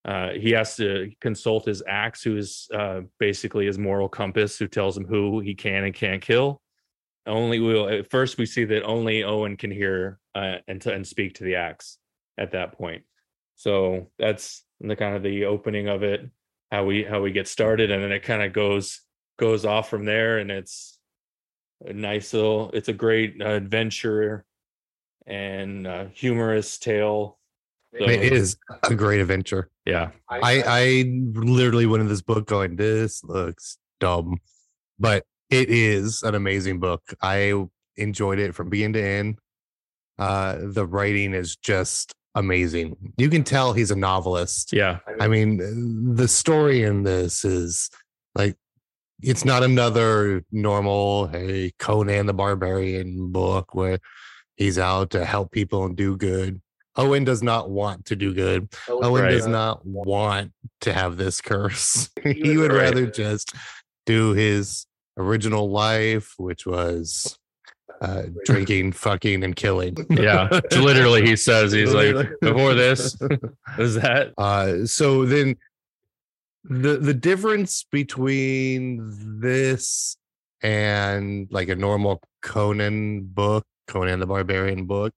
Speaker 2: Uh, he has to consult his axe, who is uh, basically his moral compass, who tells him who he can and can't kill only will at first we see that only Owen can hear uh, and and speak to the axe at that point. So that's the kind of the opening of it, how we how we get started, and then it kind of goes goes off from there, and it's a nice little. It's a great uh, adventure and uh, humorous tale. So,
Speaker 3: it is a great adventure.
Speaker 2: yeah,
Speaker 3: I, I literally went in this book going, this looks dumb, but it is an amazing book. I enjoyed it from beginning to end. Uh, the writing is just amazing. You can tell he's a novelist.
Speaker 2: Yeah.
Speaker 3: I mean, the story in this is like it's not another normal hey Conan the Barbarian book where he's out to help people and do good. Owen does not want to do good. Owen
Speaker 2: Right.
Speaker 3: does not want to have this curse. he would
Speaker 2: Right.
Speaker 3: rather just do his original life, which was uh, drinking, fucking, and killing.
Speaker 2: Yeah. Literally, he says, he's like,
Speaker 3: Literally.
Speaker 2: before this, is that?
Speaker 3: Uh, so then the the difference between this and like a normal Conan book, Conan the Barbarian book,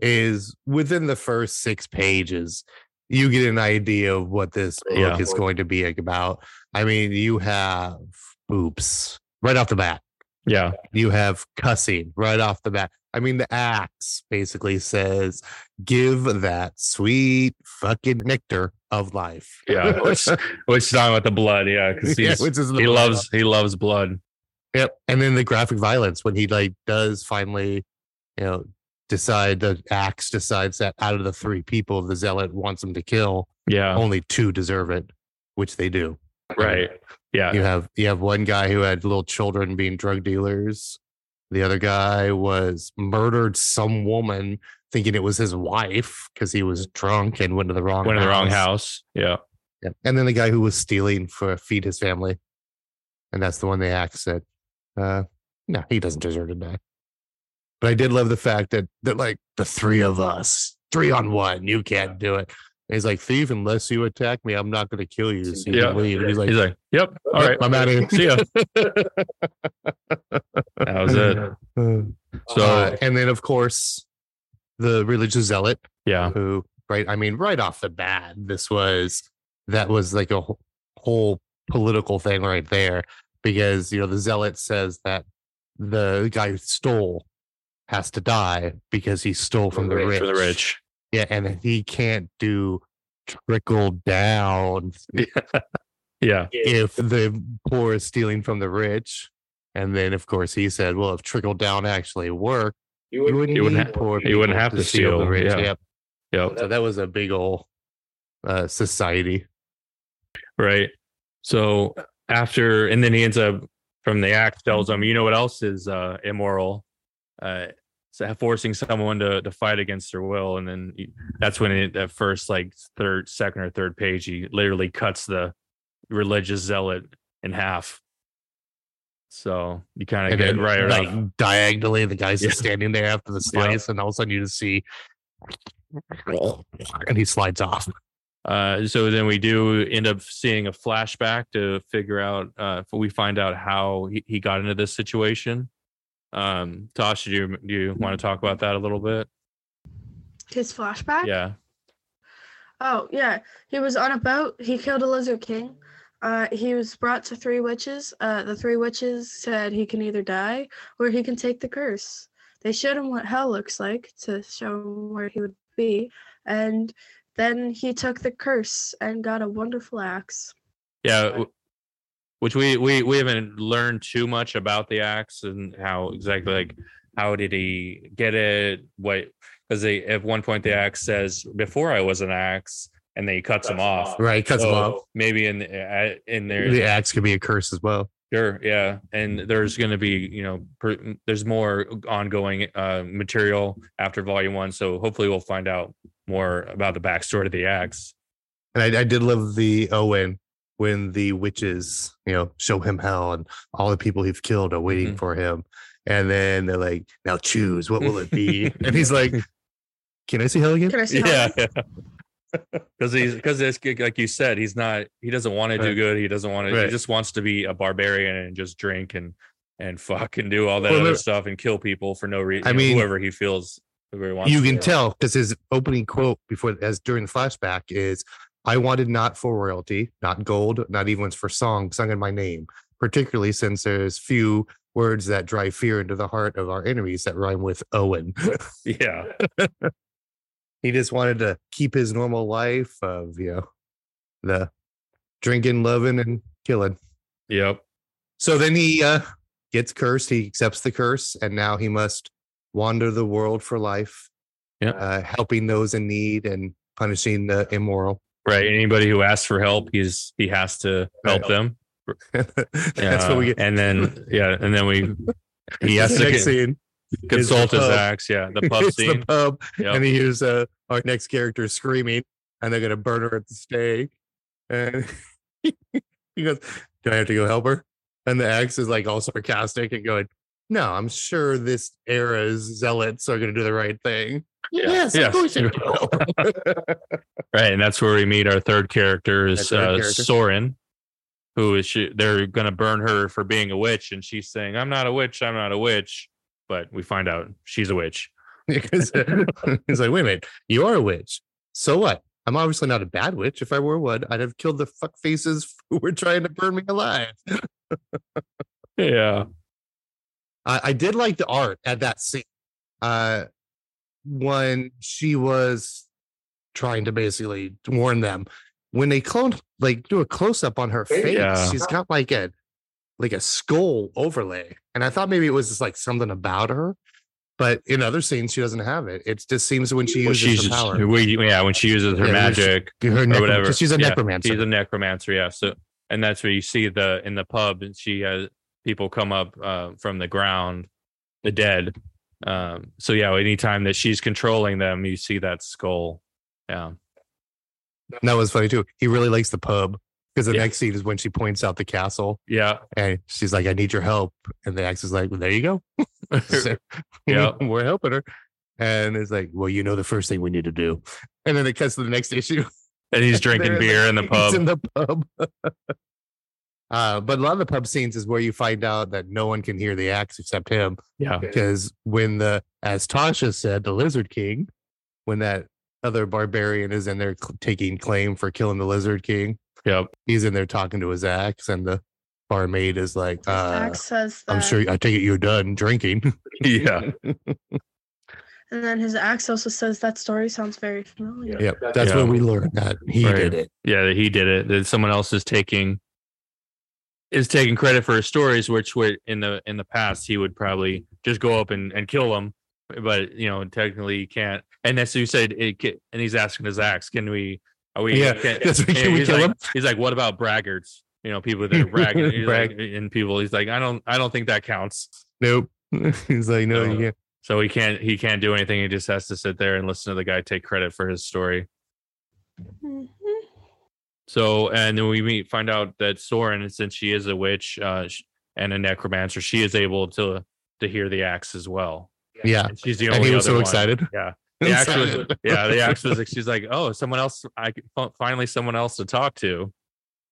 Speaker 3: is within the first six pages, you get an idea of what this book
Speaker 2: Yeah.
Speaker 3: is going to be about. I mean, you have oops right off the bat.
Speaker 2: Yeah.
Speaker 3: You have cussing right off the bat. I mean, the axe basically says, give that sweet fucking nectar of life.
Speaker 2: Yeah. Which, which time with the blood. Yeah. Because
Speaker 3: Yeah,
Speaker 2: he's
Speaker 3: which is the
Speaker 2: he
Speaker 3: blood.
Speaker 2: loves he loves blood.
Speaker 3: Yep. And then the graphic violence when he like does finally, you know, decide the axe decides that out of the three people the zealot wants him to kill,
Speaker 2: Yeah.
Speaker 3: only two deserve it, which they do.
Speaker 2: Right. Yeah.
Speaker 3: You have you have one guy who had little children being drug dealers. The other guy was murdered some woman thinking it was his wife because he was drunk and went to the wrong
Speaker 2: Went to the wrong house. Yeah.
Speaker 3: Yep. And then the guy who was stealing for feed his family, and that's the one they axed. Said, uh, "No, he doesn't deserve to die." But I did love the fact that that like the three of us, three on one, you can't do it. And he's like, "Thief, unless you attack me, I'm not going to kill you." So you
Speaker 2: Yeah.
Speaker 3: can leave. And he's like,
Speaker 2: He's like, yep. All right.
Speaker 3: "Yep, I'm out of here."
Speaker 2: See ya. That was it. So
Speaker 3: Uh, and then of course, the religious zealot
Speaker 2: yeah.
Speaker 3: who right i mean right off the bat this was that was like a wh- whole political thing right there because you know the zealot says that the guy who stole has to die because he stole from the rich,
Speaker 2: For the rich.
Speaker 3: yeah and he can't do trickle down
Speaker 2: Yeah.
Speaker 3: if the poor is stealing from the rich and then of course he said well if trickle down actually worked you wouldn't,
Speaker 2: you wouldn't
Speaker 3: need
Speaker 2: ha-
Speaker 3: poor
Speaker 2: you wouldn't
Speaker 3: people
Speaker 2: have to steal,
Speaker 3: the rich
Speaker 2: yeah.
Speaker 3: Yep.
Speaker 2: Yep.
Speaker 3: So that was a big old uh, society.
Speaker 2: Right. So after and then he ends up from the act tells him, you know what else is uh immoral? Uh so forcing someone to, to fight against their will and then you- that's when it that first like third second or third page he literally cuts the religious zealot in half so you kind of
Speaker 3: And
Speaker 2: get
Speaker 3: then,
Speaker 2: right
Speaker 3: like
Speaker 2: off.
Speaker 3: diagonally, the guy's
Speaker 2: Yeah.
Speaker 3: just standing there after the
Speaker 2: Yeah.
Speaker 3: slice, and all of a sudden you just see, and he slides off.
Speaker 2: Uh, so then we do end up seeing a flashback to figure out. Uh, if we find out how he, he got into this situation. Um, Tosh, do you, do you want to talk about that a little bit?
Speaker 4: His flashback?
Speaker 2: Yeah,
Speaker 4: Oh, yeah. He was on a boat. He killed a lizard king. Uh, he was brought to three witches. Uh, the three witches said he can either die or he can take the curse. They showed him what hell looks like to show him where he would be. And then he took the curse and got a wonderful axe.
Speaker 2: yeah. w- Which we we we haven't learned too much about the axe and how exactly like how did he get it? What because they at one point the axe says before I was an axe, and then he cuts, him off.
Speaker 3: Right, cuts him
Speaker 2: So
Speaker 3: off.
Speaker 2: Maybe in the- uh, in there
Speaker 3: Oh, The axe could be a curse as well.
Speaker 2: Sure. Yeah. And there's going to be, you know, per, there's more ongoing uh, material after volume one. So hopefully we'll find out more about the backstory of the axe.
Speaker 3: And I, I did love the Owen when the witches, you know, show him hell, and all the people he've killed are waiting
Speaker 2: Mhm.
Speaker 3: for him. And then they're like, "Now choose, what will it be?" and he's like, "Can I see hell again?"
Speaker 4: Can I see how-
Speaker 2: Because he's, because it's like you said, he's not, he doesn't want to do
Speaker 3: Right.
Speaker 2: good. He doesn't want to, he
Speaker 3: Right.
Speaker 2: just wants to be a barbarian and just drink and, and fuck and do all that
Speaker 3: Well,
Speaker 2: other
Speaker 3: there-
Speaker 2: stuff and kill people for no reason.
Speaker 3: I mean,
Speaker 2: whoever he feels, whoever he wants
Speaker 3: you
Speaker 2: to.
Speaker 3: can tell because his opening quote before as during the flashback is i wanted not for royalty not gold not even for song sung in my name particularly since there's few words that drive fear into the heart of our enemies that rhyme with owen
Speaker 2: Yeah.
Speaker 3: he just wanted to keep his normal life of you know the drinking loving and killing
Speaker 2: Yep.
Speaker 3: so then he uh gets cursed. He accepts the curse, and now he must wander the world for life,
Speaker 2: Yeah.
Speaker 3: uh, helping those in need and punishing the immoral.
Speaker 2: right? Anybody who asks for help, he's he has to help
Speaker 3: Right.
Speaker 2: them.
Speaker 3: That's what we
Speaker 2: Uh,
Speaker 3: get.
Speaker 2: And then yeah, and then we he has
Speaker 3: That's the
Speaker 2: to
Speaker 3: next scene.
Speaker 2: con- consult
Speaker 3: is
Speaker 2: his
Speaker 3: the pub.
Speaker 2: acts. Yeah, the pub
Speaker 3: It's
Speaker 2: scene.
Speaker 3: the pub,
Speaker 2: Yep.
Speaker 3: and he hears uh, our next character screaming, and they're gonna burn her at the stake. And he goes, "Do I have to go help her?" And the ex is like all sarcastic and going, "No, I'm sure this era's zealots are gonna do the right thing."
Speaker 2: Yeah.
Speaker 3: Yes,
Speaker 2: Yes.
Speaker 3: of course you will."
Speaker 2: Right, and that's where we meet our third character
Speaker 3: Our
Speaker 2: is
Speaker 3: third
Speaker 2: uh,
Speaker 3: character.
Speaker 2: Soren, who is she, they're gonna burn her for being a witch, and she's saying, "I'm not a witch, I'm not a witch," but we find out she's a witch.
Speaker 3: because he's like, wait a minute, you are a witch. So what? I'm obviously not a bad witch. If I were one, I'd have killed the fuck faces who were trying to burn me alive.
Speaker 2: Yeah,
Speaker 3: I, I did like the art at that scene. Uh, when she was trying to basically warn them, when they clone like do a close up on her face,
Speaker 2: Yeah.
Speaker 3: she's got like a like a skull overlay, and I thought maybe it was just like something about her. But in other scenes, she doesn't have it. It just seems when she
Speaker 2: Well,
Speaker 3: uses
Speaker 2: she's
Speaker 3: her power,
Speaker 2: we- yeah when she uses her
Speaker 3: Yeah, when she-
Speaker 2: magic,
Speaker 3: her necrom-
Speaker 2: whatever.
Speaker 3: 'cause she's a
Speaker 2: Yeah,
Speaker 3: necromancer.
Speaker 2: she's a necromancer. Yeah, so and that's where you see the in the pub, and she has people come up uh, from the ground, the dead. Um, so yeah, anytime that she's controlling them, you see that skull. Yeah.
Speaker 3: that was funny too. He really likes the pub because the
Speaker 2: Yeah.
Speaker 3: next scene is when she points out the castle
Speaker 2: Yeah,
Speaker 3: and she's like, "I need your help," and the ex is like, well, "There you go." So,
Speaker 2: Yeah.
Speaker 3: we're helping her, and it's like, "Well, you know, the first thing we need to do," and then it cuts to the next issue.
Speaker 2: and he's drinking
Speaker 3: They're
Speaker 2: beer in the
Speaker 3: It's
Speaker 2: pub.
Speaker 3: in the pub. uh, but a lot of the pub scenes is where you find out that no one can hear the axe except him.
Speaker 2: yeah,
Speaker 3: because when the as tasha said the lizard king when that other barbarian is in there cl- taking claim for killing the lizard king
Speaker 2: yep.
Speaker 3: he's in there talking to his axe and the barmaid is like uh,
Speaker 4: Axe says that,
Speaker 3: i'm sure i take it you're done drinking
Speaker 2: Yeah,
Speaker 4: and then his axe also says that story sounds very familiar.
Speaker 3: yeah that's
Speaker 2: Yeah.
Speaker 3: when we learned that he
Speaker 2: Right.
Speaker 3: did it
Speaker 2: yeah. That he did it. That someone else is taking is taking credit for his stories, which would in the in the past he would probably just go up and and kill them. But you know, technically he can't. And that's you said. It, ca- and he's asking his axe, "Can we? Are we?
Speaker 3: Yeah,
Speaker 2: Can,
Speaker 3: that's what-
Speaker 2: and
Speaker 3: can we
Speaker 2: he's
Speaker 3: kill
Speaker 2: like,
Speaker 3: him?
Speaker 2: He's like, "What about braggarts? You know, people that are bragging he's like-
Speaker 3: Brag.
Speaker 2: and people." He's like, "I don't. I don't think that counts."
Speaker 3: nope he's like no
Speaker 2: Uh,
Speaker 3: you can't.
Speaker 2: So he can't. He can't do anything. He just has to sit there and listen to the guy take credit for his story.
Speaker 4: Mhm.
Speaker 2: So, and then we meet, find out that Soren, since she is a witch uh, sh- and a necromancer, she is able to to hear the axe as well.
Speaker 3: yeah
Speaker 2: And she's the only.
Speaker 3: and he was
Speaker 2: other
Speaker 3: so
Speaker 2: one.
Speaker 3: excited
Speaker 2: Yeah, the axe was. Yeah, the axe was. She's like, oh, someone else. I could- fi- finally someone else to talk to.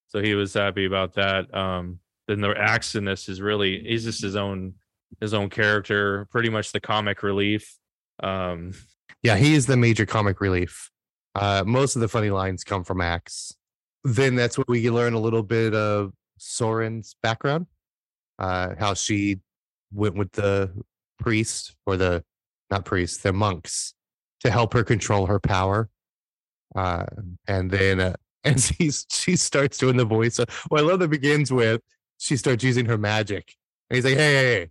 Speaker 2: So he was happy about that. Um, then the axe in this is really he's just his own his own character, pretty much the comic relief. Um,
Speaker 3: Yeah, he is the major comic relief. Uh, most of the funny lines come from Axe. Then that's where we learn a little bit of Soren's background, uh, how she went with the priest or the not priests, they're monks to help her control her power. Uh, and then uh, and she she starts doing the voice. Of, well, I love that begins with she starts using her magic, and he's like, "Hey, hey, hey,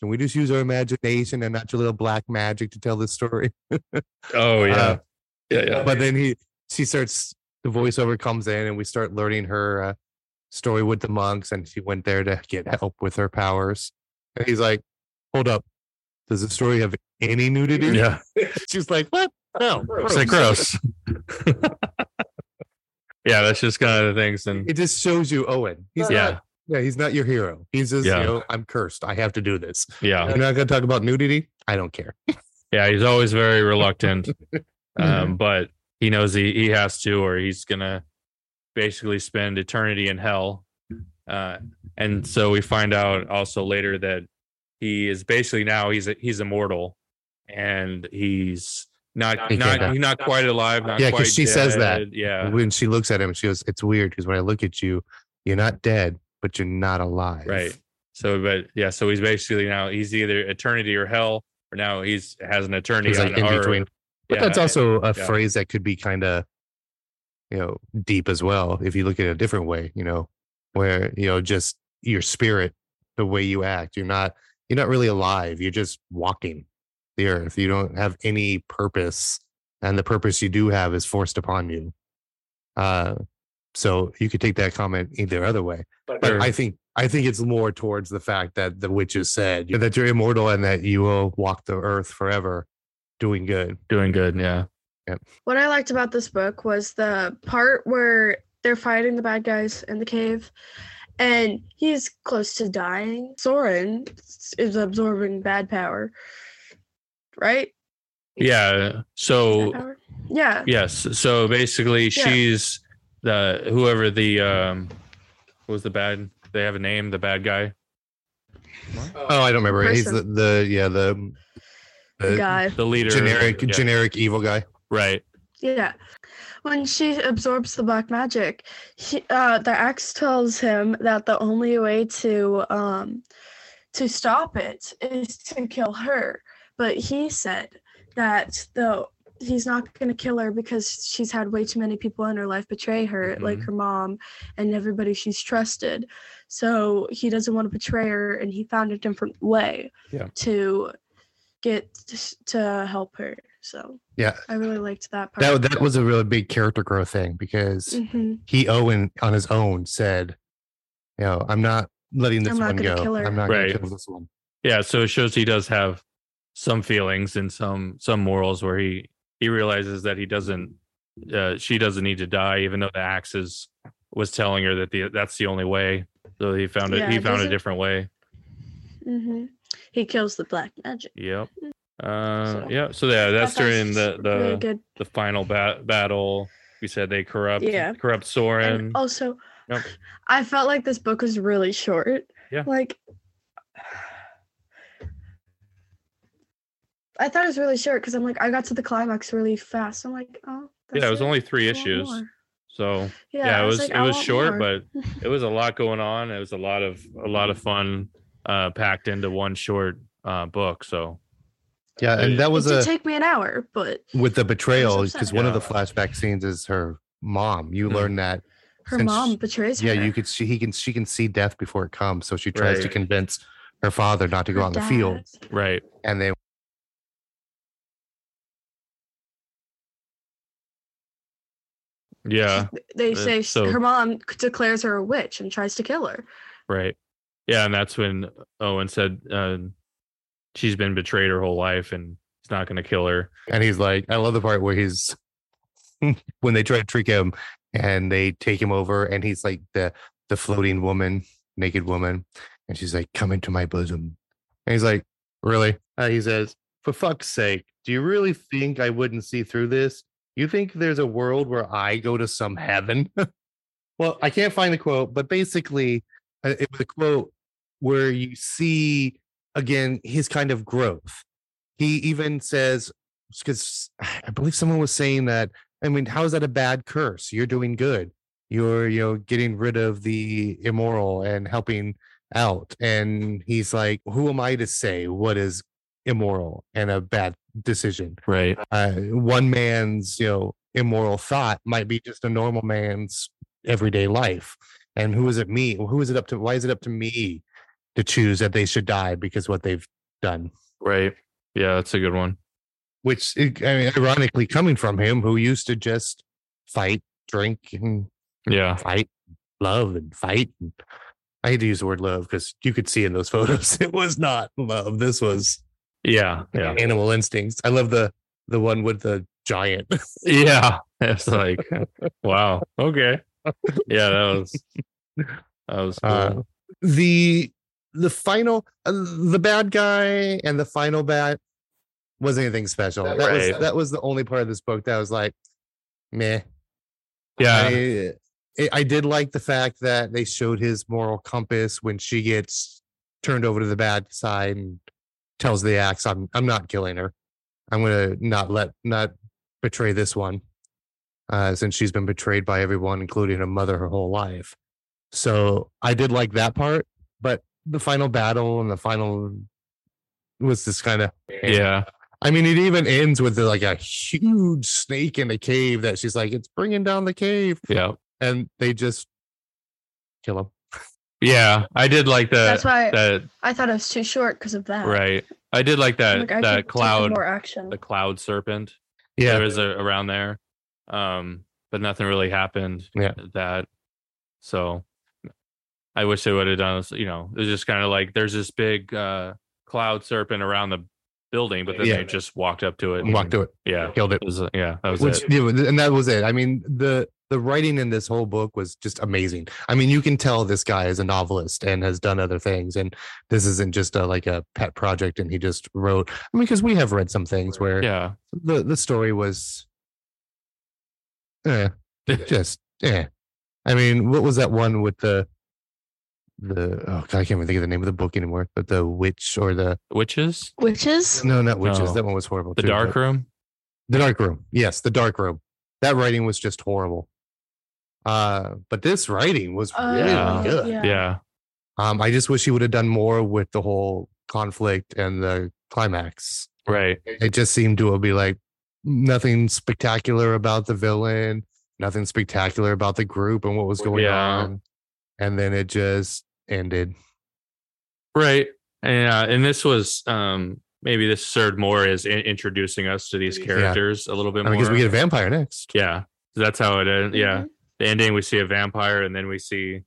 Speaker 3: can we just use our imagination and not your little black magic to tell this story?"
Speaker 2: oh
Speaker 3: yeah.
Speaker 2: yeah,
Speaker 3: but then he she starts the voiceover comes in and we start learning her uh, story with the monks and she went there to get help with her powers and he's like hold up does the story have any nudity
Speaker 2: yeah.
Speaker 3: she's like what no
Speaker 2: It's like gross. yeah, that's just kind of the things. And
Speaker 3: it just shows you owen he's yeah
Speaker 2: yeah,
Speaker 3: not, yeah he's not your hero he's just
Speaker 2: Yeah.
Speaker 3: you know i'm cursed i have to do this
Speaker 2: yeah,
Speaker 3: you're not gonna talk about nudity i don't care
Speaker 2: yeah. He's always very reluctant,
Speaker 3: Mm-hmm.
Speaker 2: um, but he knows he, he has to, or he's gonna basically spend eternity in hell. Uh, and so we find out also later that he is basically now he's a, he's immortal, and he's not
Speaker 3: He can't
Speaker 2: not
Speaker 3: die.
Speaker 2: he's not quite alive. Not
Speaker 3: Yeah, 'cause
Speaker 2: quite
Speaker 3: she says that.
Speaker 2: dead, Yeah,
Speaker 3: when she looks at him she goes it's weird because when i look at you you're not dead but you're not alive
Speaker 2: Right. So, but yeah, so he's basically now he's either eternity or hell, or now he's has an eternity
Speaker 3: He's
Speaker 2: on
Speaker 3: like in
Speaker 2: our-
Speaker 3: between. But
Speaker 2: Yeah,
Speaker 3: that's also a
Speaker 2: yeah.
Speaker 3: phrase that could be kind of, you know, deep as well if you look at it a different way. You know, where you know just your spirit the way you act. You're not you're not really alive. You're just walking the earth. You don't have any purpose, and the purpose you do have is forced upon you. Uh, so you could take that comment either other way.
Speaker 2: But,
Speaker 3: But I think I think it's more towards the fact that the witches said that you're immortal and that you will walk the earth forever, doing good.
Speaker 2: doing good. Yeah.
Speaker 4: What I liked about this book was the part where they're fighting the bad guys in the cave and he's close to dying. Soren s- is absorbing bad power, right?
Speaker 2: Yeah.
Speaker 4: Bad
Speaker 2: So
Speaker 4: power? Yeah.
Speaker 2: yes. So basically, she's the whoever the um, what was the bad? They have a name. The bad guy.
Speaker 3: Oh, I don't remember. He's the,
Speaker 4: Person.
Speaker 3: the yeah the,
Speaker 4: The guy.
Speaker 2: The leader.
Speaker 3: generic
Speaker 2: Yeah,
Speaker 3: generic evil guy.
Speaker 2: right.
Speaker 4: Yeah. When she absorbs the black magic, he, uh, the axe tells him that the only way to um, to stop it is to kill her. But he said that though he's not going to kill her because she's had way too many people in her life betray her, like
Speaker 2: Mhm.
Speaker 4: her mom and everybody she's trusted. So he doesn't want to betray her, and he found a different way
Speaker 2: Yeah.
Speaker 4: to get t- to help her. So
Speaker 3: Yeah.
Speaker 4: I really liked that part.
Speaker 3: That that was a really big character growth thing because
Speaker 4: hmm
Speaker 3: he Owen on his own said, you know, I'm not letting this
Speaker 4: I'm not
Speaker 3: one
Speaker 4: gonna
Speaker 3: go.
Speaker 4: kill her."
Speaker 3: I'm not
Speaker 2: Right.
Speaker 3: gonna kill this one.
Speaker 2: Yeah. So it shows he does have some feelings and some some morals where he he realizes that he doesn't uh, she doesn't need to die, even though the axes was telling her that the that's the only way. So he found it.
Speaker 4: Yeah,
Speaker 2: he
Speaker 4: it
Speaker 2: found a
Speaker 4: doesn't-
Speaker 2: different way.
Speaker 4: hmm He kills the black magic.
Speaker 2: Yep. Uh,
Speaker 4: So-
Speaker 2: yeah. So yeah, that's
Speaker 4: That part's
Speaker 2: during the the
Speaker 4: really good.
Speaker 2: the final bat- battle. We said they corrupt
Speaker 4: Yeah.
Speaker 2: corrupt
Speaker 4: And oh,
Speaker 2: Soren.
Speaker 4: also,
Speaker 2: Yep.
Speaker 4: I felt like this book was really short.
Speaker 2: Yeah.
Speaker 4: Like, I thought it was really short because I'm like, I got to the climax really fast. I'm like, oh.
Speaker 2: yeah, it was only three issues. So yeah, it was it was short, but it was a lot going on. It was a lot of a lot of fun uh, packed into one short uh, book. So
Speaker 3: Yeah, and that
Speaker 4: it
Speaker 3: was
Speaker 4: did
Speaker 3: a
Speaker 4: take me an hour, but
Speaker 3: with the betrayal because
Speaker 4: upset.
Speaker 3: one of the
Speaker 2: Yeah.
Speaker 3: flashback scenes is her mom. You
Speaker 2: Hmm.
Speaker 3: learn that
Speaker 4: her
Speaker 3: Since-
Speaker 4: mom betrays
Speaker 3: yeah,
Speaker 4: her.
Speaker 3: you could she he can she can see death before it comes, so she tries to
Speaker 2: Right.
Speaker 3: convince her father not to go
Speaker 4: Her
Speaker 3: out in the field,
Speaker 4: dad.
Speaker 2: right,
Speaker 3: and they
Speaker 2: yeah.
Speaker 4: They
Speaker 2: Uh,
Speaker 4: say sh-
Speaker 2: so-
Speaker 4: her mom declares her a witch and tries to kill her.
Speaker 2: Right. Yeah, and that's when Owen said uh, she's been betrayed her whole life and he's not going to kill her.
Speaker 3: and he's like, I love the part where he's when they try to trick him and they take him over, and he's like the the floating woman, naked woman, and she's like, "Come into my bosom," and he's like, "Really?" Uh, he says, "For fuck's sake, do you really think I wouldn't see through this? You think there's a world where I go to some heaven?" well, I can't find the quote, but basically, uh, it was a quote where you see again his kind of growth. He even says, because I believe someone was saying that. I mean, how is that a bad curse? You're doing good. You're, you know, getting rid of the immoral and helping out. And he's like, who am I to say what is immoral and a bad decision?
Speaker 2: Right.
Speaker 3: Uh, one man's, you know, immoral thought might be just a normal man's everyday life. And who is it me? Who is it up to? Why is it up to me to choose that they should die because what they've done?
Speaker 2: Right. Yeah, that's a good one.
Speaker 3: which eh, I mean, ironically coming from him who used to just fight, drink, and
Speaker 2: Yeah.
Speaker 3: fight, love, and fight. And I hate to use the word love because you could see in those photos it was not love. This was
Speaker 2: Yeah. Yeah.
Speaker 3: animal instincts. I love the the one with the giant.
Speaker 2: Yeah. It's like, wow. Okay. Yeah, that was that was cool.
Speaker 3: Uh, the the final uh, the bad guy and the final bat wasn't anything special. That
Speaker 2: Right.
Speaker 3: was that was the only part of this book that was like, meh.
Speaker 2: yeah.
Speaker 3: I, eh, I- I did like the fact that they showed his moral compass when she gets turned over to the bad side and tells the axe, "I'm I'm not killing her. I'm gonna not let not betray this one, uh, since she's been betrayed by everyone, including her mother, her whole life." So I did like that part, but the final battle and the final was this kind of
Speaker 2: yeah.
Speaker 3: I mean, it even ends with like a huge snake in a cave that she's like, "It's bringing down the cave."
Speaker 2: Yeah.
Speaker 3: and they just kill him.
Speaker 2: Yeah, I did like that.
Speaker 4: That's why
Speaker 2: that
Speaker 4: I thought it was too short because of that.
Speaker 2: right. I did like
Speaker 4: I'm
Speaker 2: that
Speaker 4: like, I could
Speaker 2: that
Speaker 4: take
Speaker 2: cloud
Speaker 4: More action.
Speaker 2: the cloud serpent.
Speaker 3: Yeah.
Speaker 2: there was a, around there, um, but nothing really happened.
Speaker 3: Yeah.
Speaker 2: at that. So, I wish they would have done. this, You know, it was just kind of like there's this big uh, cloud serpent around the building, but then
Speaker 3: Yeah.
Speaker 2: they just walked up to it. and-
Speaker 3: Walked to it,
Speaker 2: Yeah,
Speaker 3: killed it.
Speaker 2: it was, uh, yeah, that was
Speaker 3: Which,
Speaker 2: it.
Speaker 3: yeah, and that was it. I mean, the the writing in this whole book was just amazing. I mean, you can tell this guy is a novelist and has done other things, and this isn't just a, like a pet project. And he just wrote. I mean, because we have read some things where
Speaker 2: Yeah,
Speaker 3: the the story was, eh, just yeah. I mean, what was that one with the the oh god, I can't even think of the name of the book anymore. But the witch or the
Speaker 2: witches,
Speaker 4: Witches.
Speaker 3: no, not witches.
Speaker 2: No.
Speaker 3: That one was horrible.
Speaker 2: the
Speaker 3: too,
Speaker 2: dark
Speaker 3: but-
Speaker 2: room.
Speaker 3: the dark room. Yes, the dark room. That writing was just horrible. Uh, but this writing was really
Speaker 2: Yeah.
Speaker 3: good.
Speaker 4: Uh, Oh, yeah.
Speaker 2: Yeah,
Speaker 3: Um, I just wish he would have done more with the whole conflict and the climax.
Speaker 2: right.
Speaker 3: It just seemed to be like nothing spectacular about the villain, nothing spectacular about the group and what was going
Speaker 2: Yeah.
Speaker 3: on. And then it just ended.
Speaker 2: right and uh, and this was um maybe this served more as in- introducing us to these characters a little bit
Speaker 3: I mean,
Speaker 2: more
Speaker 3: because we get a vampire next.
Speaker 2: yeah so that's how it ends yeah the ending we see a vampire and then we see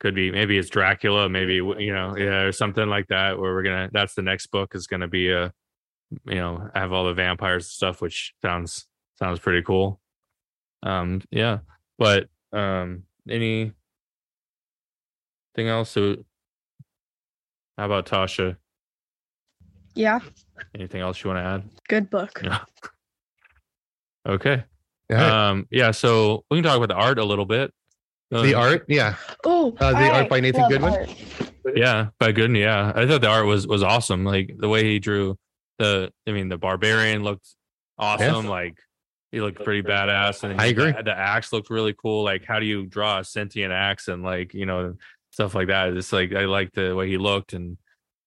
Speaker 2: could be maybe it's dracula maybe you know yeah or something like that where we're gonna that's the next book is gonna be a you know have all the vampires and stuff which sounds sounds pretty cool um yeah but um anything else So, how about tasha
Speaker 4: Yeah.
Speaker 2: Anything else you want to add?
Speaker 4: Good book.
Speaker 2: Yeah. Okay.
Speaker 3: Yeah.
Speaker 2: Um, yeah. So we can talk about the art a little bit.
Speaker 3: the
Speaker 2: Uh,
Speaker 3: art, yeah.
Speaker 4: Oh,
Speaker 3: Uh, the art
Speaker 4: I
Speaker 3: by Nathan
Speaker 4: love
Speaker 3: Goodman?
Speaker 4: art.
Speaker 2: Yeah, by Gooden. Yeah, I thought the art was was awesome. Like the way he drew the, I mean, the barbarian looked awesome. Like he looked pretty badass. And
Speaker 3: I agree.
Speaker 2: The, the axe looked really cool. Like how do you draw a sentient axe and like you know stuff like that? It's like I like the way he looked and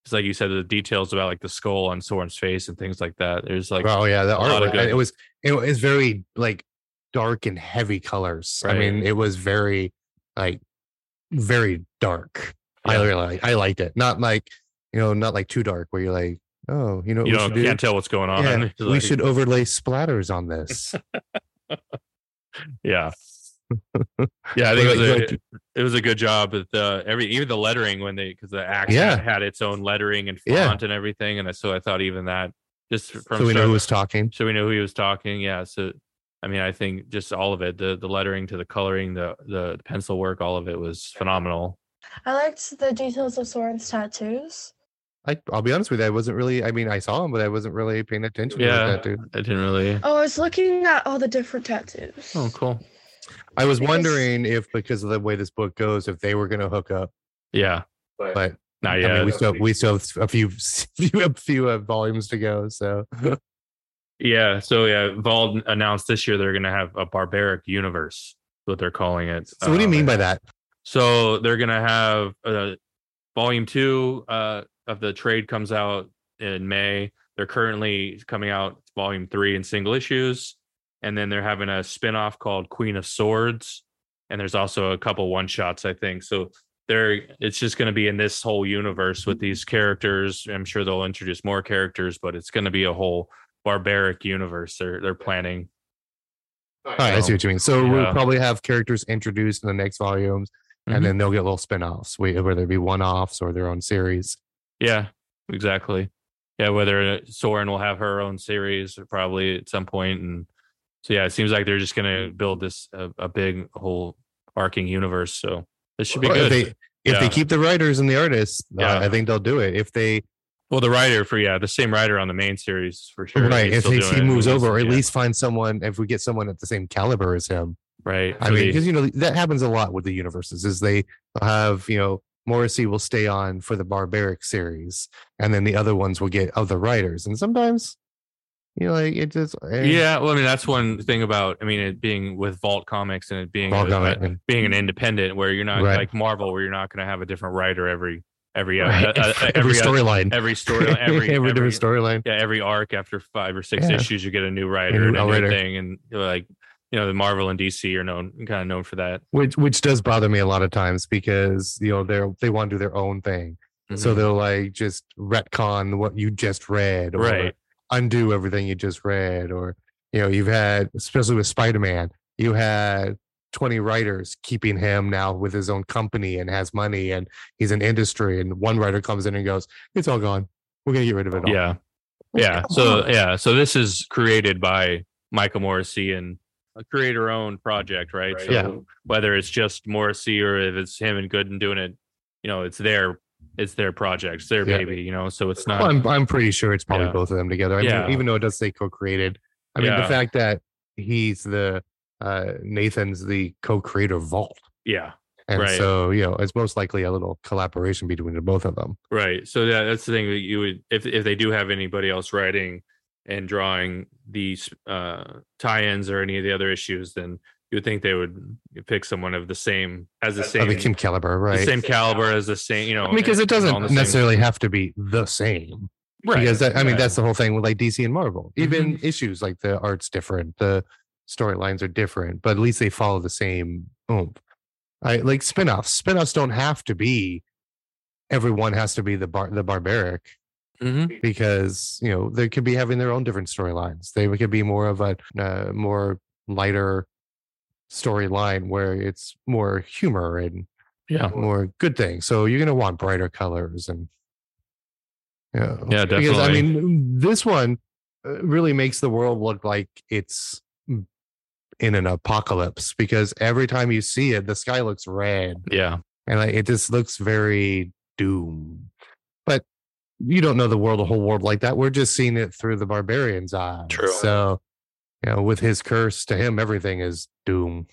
Speaker 2: it's like you said the details about like the skull on Soren's face and things like that. There's like
Speaker 3: oh yeah,
Speaker 2: a
Speaker 3: the
Speaker 2: lot of
Speaker 3: artwork.
Speaker 2: good-
Speaker 3: It was it was very like dark and heavy colors. I mean,
Speaker 2: Right.
Speaker 3: it was very like very dark. I
Speaker 2: Yeah.
Speaker 3: really like I liked it. Not like you know, not like too dark where you're like, oh, you know, what
Speaker 2: you
Speaker 3: we
Speaker 2: don't
Speaker 3: should do?
Speaker 2: can't tell what's going on.
Speaker 3: Yeah,
Speaker 2: It's
Speaker 3: we
Speaker 2: like-
Speaker 3: should overlay splatters on this.
Speaker 2: Yeah. Yeah, I think
Speaker 3: But,
Speaker 2: it was,
Speaker 3: like,
Speaker 2: a, it was a good job. But the every even the lettering when they because the axe
Speaker 3: Yeah.
Speaker 2: had its own lettering and
Speaker 3: Yeah.
Speaker 2: font and everything, and I- so I thought even that just from
Speaker 3: so we know
Speaker 2: start-
Speaker 3: who was talking.
Speaker 2: so we know who he was talking. Yeah, so I mean, I think just all of it the the lettering to the coloring, the the pencil work, all of it was phenomenal.
Speaker 4: I liked the details of Soren's tattoos.
Speaker 3: I, I'll be honest with you, I wasn't really. I mean, I saw him, but I wasn't really paying attention
Speaker 2: Yeah.
Speaker 3: to that dude.
Speaker 2: I didn't really.
Speaker 4: Oh, I was looking at all the different tattoos.
Speaker 2: Oh, cool.
Speaker 3: I was
Speaker 4: Because-
Speaker 3: wondering if, because of the way this book goes, if they were going to hook up,
Speaker 2: Yeah,
Speaker 3: but
Speaker 2: not
Speaker 3: I mean,
Speaker 2: yet.
Speaker 3: we still have, we still have a few few a few uh, volumes to go. So
Speaker 2: yeah, so yeah, Vald announced this year they're going to have a barbaric universe, what they're calling it.
Speaker 3: So what do you
Speaker 2: Um,
Speaker 3: mean by that?
Speaker 2: So they're gonna have uh, volume two uh, of the trade comes out in May. They're currently coming out volume three in single issues, and then they're having a spin-off called Queen of Swords, and there's also a couple one shots I think. So they're it's just gonna be in this whole universe with these characters. I'm sure they'll introduce more characters, but it's gonna be a whole barbaric universe they're they're planning.
Speaker 3: All right, I see what you mean. So
Speaker 2: Yeah.
Speaker 3: we'll probably have characters introduced in the next volumes,
Speaker 2: Mhm.
Speaker 3: and then they'll get little spin-offs, we- whether it be one-offs or their own series.
Speaker 2: Yeah, exactly. Yeah, whether Soren will have her own series probably at some point, and so yeah, it seems like they're just gonna
Speaker 3: Mm-hmm.
Speaker 2: build this a, a big whole arcing universe. So this should be
Speaker 3: Or
Speaker 2: good.
Speaker 3: If they if
Speaker 2: Yeah.
Speaker 3: they keep the writers and the artists, uh,
Speaker 2: Yeah.
Speaker 3: I think they'll do it. If they
Speaker 2: well, the writer for yeah, the same writer on the main series for sure.
Speaker 3: right,
Speaker 2: He's
Speaker 3: if
Speaker 2: still
Speaker 3: they,
Speaker 2: doing
Speaker 3: he
Speaker 2: it.
Speaker 3: moves over, or at
Speaker 2: Yeah,
Speaker 3: least find someone. If we get someone at the same caliber as him,
Speaker 2: right.
Speaker 3: I
Speaker 2: So
Speaker 3: mean,
Speaker 2: they-
Speaker 3: because you know that happens a lot with the universes. Is they have you know Morrissey will stay on for the Barbaric series, and then the other ones will get other writers, and sometimes you know like it just eh,
Speaker 2: yeah, well, I mean that's one thing about I mean it being with Vault Comics and it being
Speaker 3: I'll
Speaker 2: a-
Speaker 3: go it and-
Speaker 2: being an independent where you're not
Speaker 3: Right.
Speaker 2: like Marvel where you're not going to have a different writer every every uh,
Speaker 3: Right.
Speaker 2: uh, uh,
Speaker 3: every
Speaker 2: every uh,
Speaker 3: storyline,
Speaker 2: every story every
Speaker 3: every different storyline.
Speaker 2: yeah, every arc after five or six
Speaker 3: Yeah.
Speaker 2: issues, you get a new writer
Speaker 3: new
Speaker 2: and a new
Speaker 3: writer.
Speaker 2: thing, and like you know the Marvel and DC are known kind of known for that.
Speaker 3: which which does bother me a lot of times because you know they're they want to do their own thing,
Speaker 2: Mm-hmm.
Speaker 3: so they'll like just retcon what you just read, or
Speaker 2: right,
Speaker 3: undo everything you just read, or you know you've had especially with Spider Man, you had. 20 writers keeping him now with his own company and has money and he's in industry and one writer comes in and goes it's all gone we're going to get rid of it all
Speaker 2: yeah, yeah. So yeah, so this is created by Michael Morrissey and a creator-owned project, right? So
Speaker 3: Yeah.
Speaker 2: whether it's just Morrissey or if it's him and Gooden doing it, you know, it's their it's their project, it's their
Speaker 3: Yeah.
Speaker 2: baby, you know. So it's
Speaker 3: Well,
Speaker 2: not
Speaker 3: I'm I'm pretty sure it's probably
Speaker 2: Yeah.
Speaker 3: both of them together. I
Speaker 2: Yeah.
Speaker 3: mean, even though it does say co-created, I mean
Speaker 2: Yeah.
Speaker 3: the fact that he's the uh, Nathan's the co-creator of Vault,
Speaker 2: yeah.
Speaker 3: and
Speaker 2: Right.
Speaker 3: so you know it's most likely a little collaboration between the both of them.
Speaker 2: Right. So that that's the thing that you would if if they do have anybody else writing and drawing these uh tie-ins or any of the other issues, then you would think they would pick someone of the same as the
Speaker 3: Of
Speaker 2: same
Speaker 3: uh, the Kim Caliber,
Speaker 2: the
Speaker 3: right?
Speaker 2: same caliber as the same, you know,
Speaker 3: I mean, because it
Speaker 2: and- and all
Speaker 3: doesn't
Speaker 2: the same-
Speaker 3: necessarily have to be the same.
Speaker 2: right.
Speaker 3: Because that, I mean,
Speaker 2: right. Mm-hmm.
Speaker 3: that's the whole thing with like DC and Marvel. Even issues like the art's different, the storylines are different, but at least they follow the same oomph. I like spinoffs. Spinoffs don't have to be everyone has to be the bar the barbaric
Speaker 2: Mhm.
Speaker 3: because you know they could be having their own different storylines. They could be more of a uh, more lighter storyline where it's more humor and
Speaker 2: Yeah.
Speaker 3: more good things. So you're gonna want brighter colors and yeah,
Speaker 2: Yeah,
Speaker 3: Because I
Speaker 2: definitely.
Speaker 3: mean, this one uh, really makes the world look like it's mm, in an apocalypse because every time you see it, the sky looks red
Speaker 2: Yeah.
Speaker 3: and like, it just looks very doom. But you don't know the world, the whole world like that. We're just seeing it through the barbarian's eyes.
Speaker 2: True.
Speaker 3: So, you know, with his curse to him, everything is doom.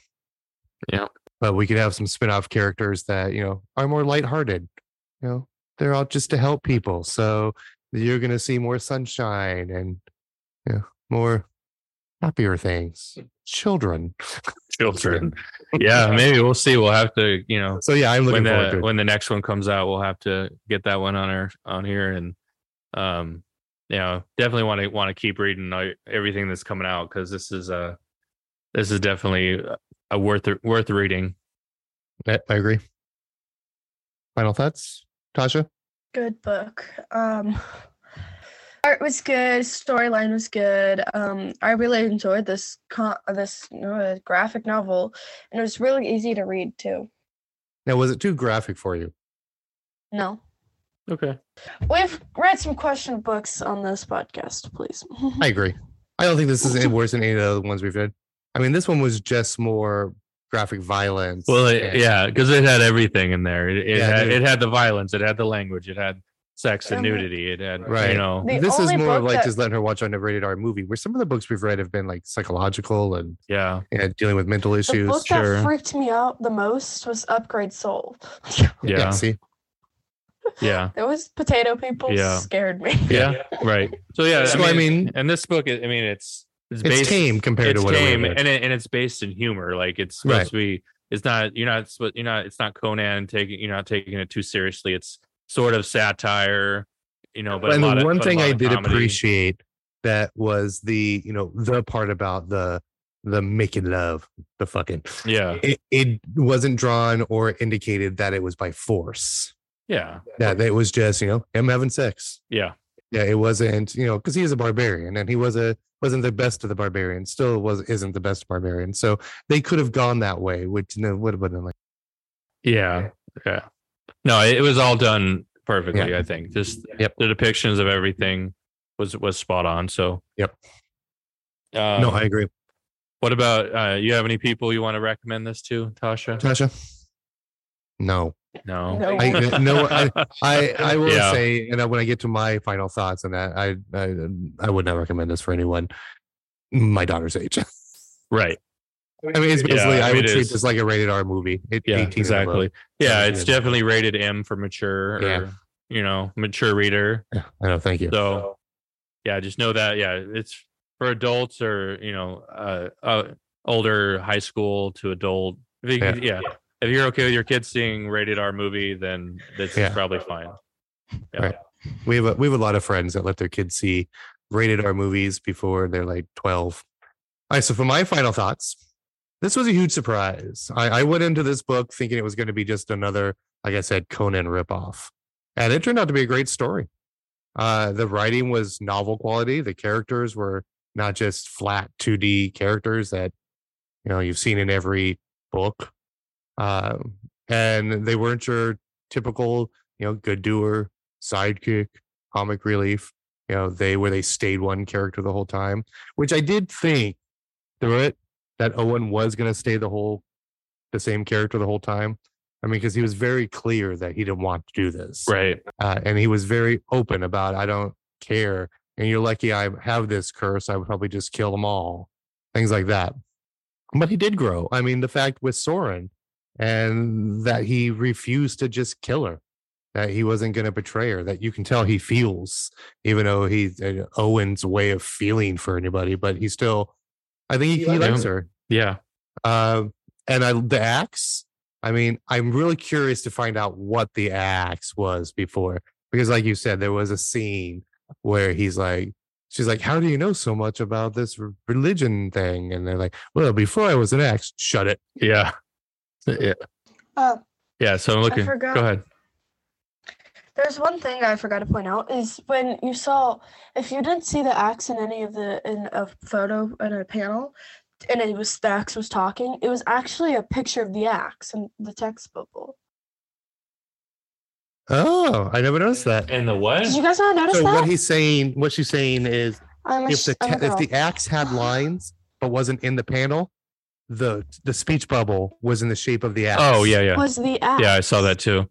Speaker 2: Yeah.
Speaker 3: But we could have some spin off characters that, you know, are more lighthearted. You know, they're out just to help people. So you're going to see more sunshine and, you know, more happier things. Children.
Speaker 2: Children. yeah, maybe we'll see. We'll have to, you know,
Speaker 3: So, yeah, I'm looking
Speaker 2: when uh,
Speaker 3: forward to
Speaker 2: the
Speaker 3: it.
Speaker 2: when the next one comes out, we'll have to get that one on our on here and um you know definitely want to want to keep reading uh, everything that's coming out because this is uh this is definitely a worth worth reading.
Speaker 3: I, I agree. Final thoughts, Tasha?
Speaker 4: good book. Um, art was good, storyline was good. Um, I really enjoyed this con- this uh, graphic novel, and it was really easy to read too.
Speaker 3: Now, was it too graphic for you?
Speaker 4: No,
Speaker 2: Okay.
Speaker 4: we've read some questionable books on this podcast. Please,
Speaker 3: I agree. I don't think this is any worse than any of the other ones we've read. I mean, this one was just more graphic violence.
Speaker 2: Well, it,
Speaker 3: and-
Speaker 2: yeah, because it had everything in there. It, it,
Speaker 3: Yeah,
Speaker 2: had,
Speaker 3: dude.
Speaker 2: it had the violence, it had the language, it had sex and
Speaker 4: Yeah, but-
Speaker 2: nudity, it had
Speaker 3: Right.
Speaker 2: you know
Speaker 4: The
Speaker 3: this is
Speaker 4: only
Speaker 3: more of
Speaker 4: book
Speaker 3: like
Speaker 4: that-
Speaker 3: just letting her watch on a rated R movie, where some of the books we've read have been like psychological and
Speaker 2: yeah
Speaker 3: you know, dealing with mental
Speaker 4: the
Speaker 3: issues.
Speaker 4: book
Speaker 2: sure.
Speaker 4: that freaked me out the most was Upgrade Soul.
Speaker 2: yeah
Speaker 3: see,
Speaker 2: yeah
Speaker 4: Those potato people
Speaker 2: Yeah.
Speaker 4: scared me.
Speaker 2: yeah, right. So yeah,
Speaker 3: So, I mean-
Speaker 2: and this book, I I mean, it's it's,
Speaker 3: it's
Speaker 2: based,
Speaker 3: tame compared
Speaker 2: it's
Speaker 3: to what it
Speaker 2: tame,
Speaker 3: we read.
Speaker 2: and it, and it's based in humor. Like it's supposed
Speaker 3: Right.
Speaker 2: to be. It's not. You're not. supposed- You're not. It's not Conan taking. You're not taking it too seriously. It's sort of satire. You know, but a
Speaker 3: and
Speaker 2: lot
Speaker 3: the
Speaker 2: of-
Speaker 3: one
Speaker 2: but a
Speaker 3: thing
Speaker 2: lot
Speaker 3: I
Speaker 2: of
Speaker 3: did
Speaker 2: comedy.
Speaker 3: appreciate that was the you know the part about the the making love, the fucking.
Speaker 2: Yeah,
Speaker 3: It, it wasn't drawn or indicated that it was by force.
Speaker 2: yeah,
Speaker 3: That it was just you know him having sex.
Speaker 2: yeah,
Speaker 3: yeah it wasn't you know because he is a barbarian and he was a wasn't the best of the barbarians still was isn't the best barbarian so they could have gone that way which you know, would have been like
Speaker 2: yeah, yeah. No, it, it was all done perfectly. I think just
Speaker 3: Yep.
Speaker 2: the depictions of everything was was spot on. So
Speaker 3: Yep.
Speaker 2: Uh,
Speaker 3: no i agree
Speaker 2: What about uh you have any people you want to recommend this to, Tasha?
Speaker 3: tasha no
Speaker 2: No.
Speaker 4: No.
Speaker 3: I- uh, no, i i will
Speaker 2: Yeah.
Speaker 3: say and I, when i get to my final thoughts on that I, I i would not recommend this for anyone my daughter's age
Speaker 2: right.
Speaker 3: i mean it's
Speaker 2: Yeah,
Speaker 3: basically i
Speaker 2: it
Speaker 3: would treat
Speaker 2: is.
Speaker 3: this like a rated r movie it,
Speaker 2: Yeah,
Speaker 3: 18 and
Speaker 2: exactly.
Speaker 3: above.
Speaker 2: Yeah,
Speaker 3: Yeah.
Speaker 2: it's definitely rated M for mature or
Speaker 3: Yeah.
Speaker 2: you know, mature reader.
Speaker 3: i know thank you
Speaker 2: So yeah, just know that yeah, it's for adults or, you know, uh, uh older high school to adult. If you- yeah.
Speaker 3: Yeah.
Speaker 2: If you're okay with your kids seeing rated R movie, then this
Speaker 3: Yeah.
Speaker 2: is probably fine. Yeah.
Speaker 3: Right. we have a, we have a lot of friends that let their kids see rated R movies before they're like 12. All right, so for my final thoughts, this was a huge surprise. I, I went into this book thinking it was going to be just another, like I said, Conan ripoff. And it turned out to be a great story. Uh, the writing was novel quality. The characters were not just flat 2D characters that, you know, you've seen in every book. Uh, and they weren't your typical, you know, good doer, sidekick, comic relief. You know, they where they stayed one character the whole time, which I did think through it that Owen was going to stay the whole the same character the whole time. I mean, because he was very clear that he didn't want to do this,
Speaker 2: Right.
Speaker 3: uh, and he was very open about I don't care, and you're lucky I have this curse. I would probably just kill them all, things like that. But he did grow. I mean, the fact with Soren, and that he refused to just kill her, that he wasn't going to betray her. That you can tell he feels, even though he's uh, Owen's way of feeling for anybody, but he still, I think he, he
Speaker 2: likes
Speaker 3: likes
Speaker 2: him.
Speaker 3: her.
Speaker 2: Yeah.
Speaker 3: Uh, and I, the axe. I mean, I'm really curious to find out what the axe was before, because, like you said, there was a scene where he's like, she's like, "How do you know so much about this r- religion thing?" And they're like, "Well, before I was an axe. Shut it."
Speaker 2: Yeah. Yeah.
Speaker 4: Oh,
Speaker 2: Yeah. So I'm looking. Go
Speaker 4: forgot.
Speaker 2: ahead.
Speaker 4: there's one thing I forgot to point out is when you saw, if you didn't see the axe in any of the in a photo in a panel, and it was the axe was talking, it was actually a picture of the axe in the text bubble.
Speaker 3: Oh, I never noticed that.
Speaker 2: And the what?
Speaker 4: Did you guys not notice
Speaker 3: So
Speaker 4: that?
Speaker 3: what he's saying, what she's saying is,
Speaker 4: I'm a
Speaker 3: if the
Speaker 4: sh- I'm a
Speaker 3: te- if the
Speaker 4: girl.
Speaker 3: axe had lines but wasn't in the panel, the the speech bubble was in the shape of the axe.
Speaker 2: Oh yeah, yeah,
Speaker 4: was the axe.
Speaker 2: yeah. I saw that too.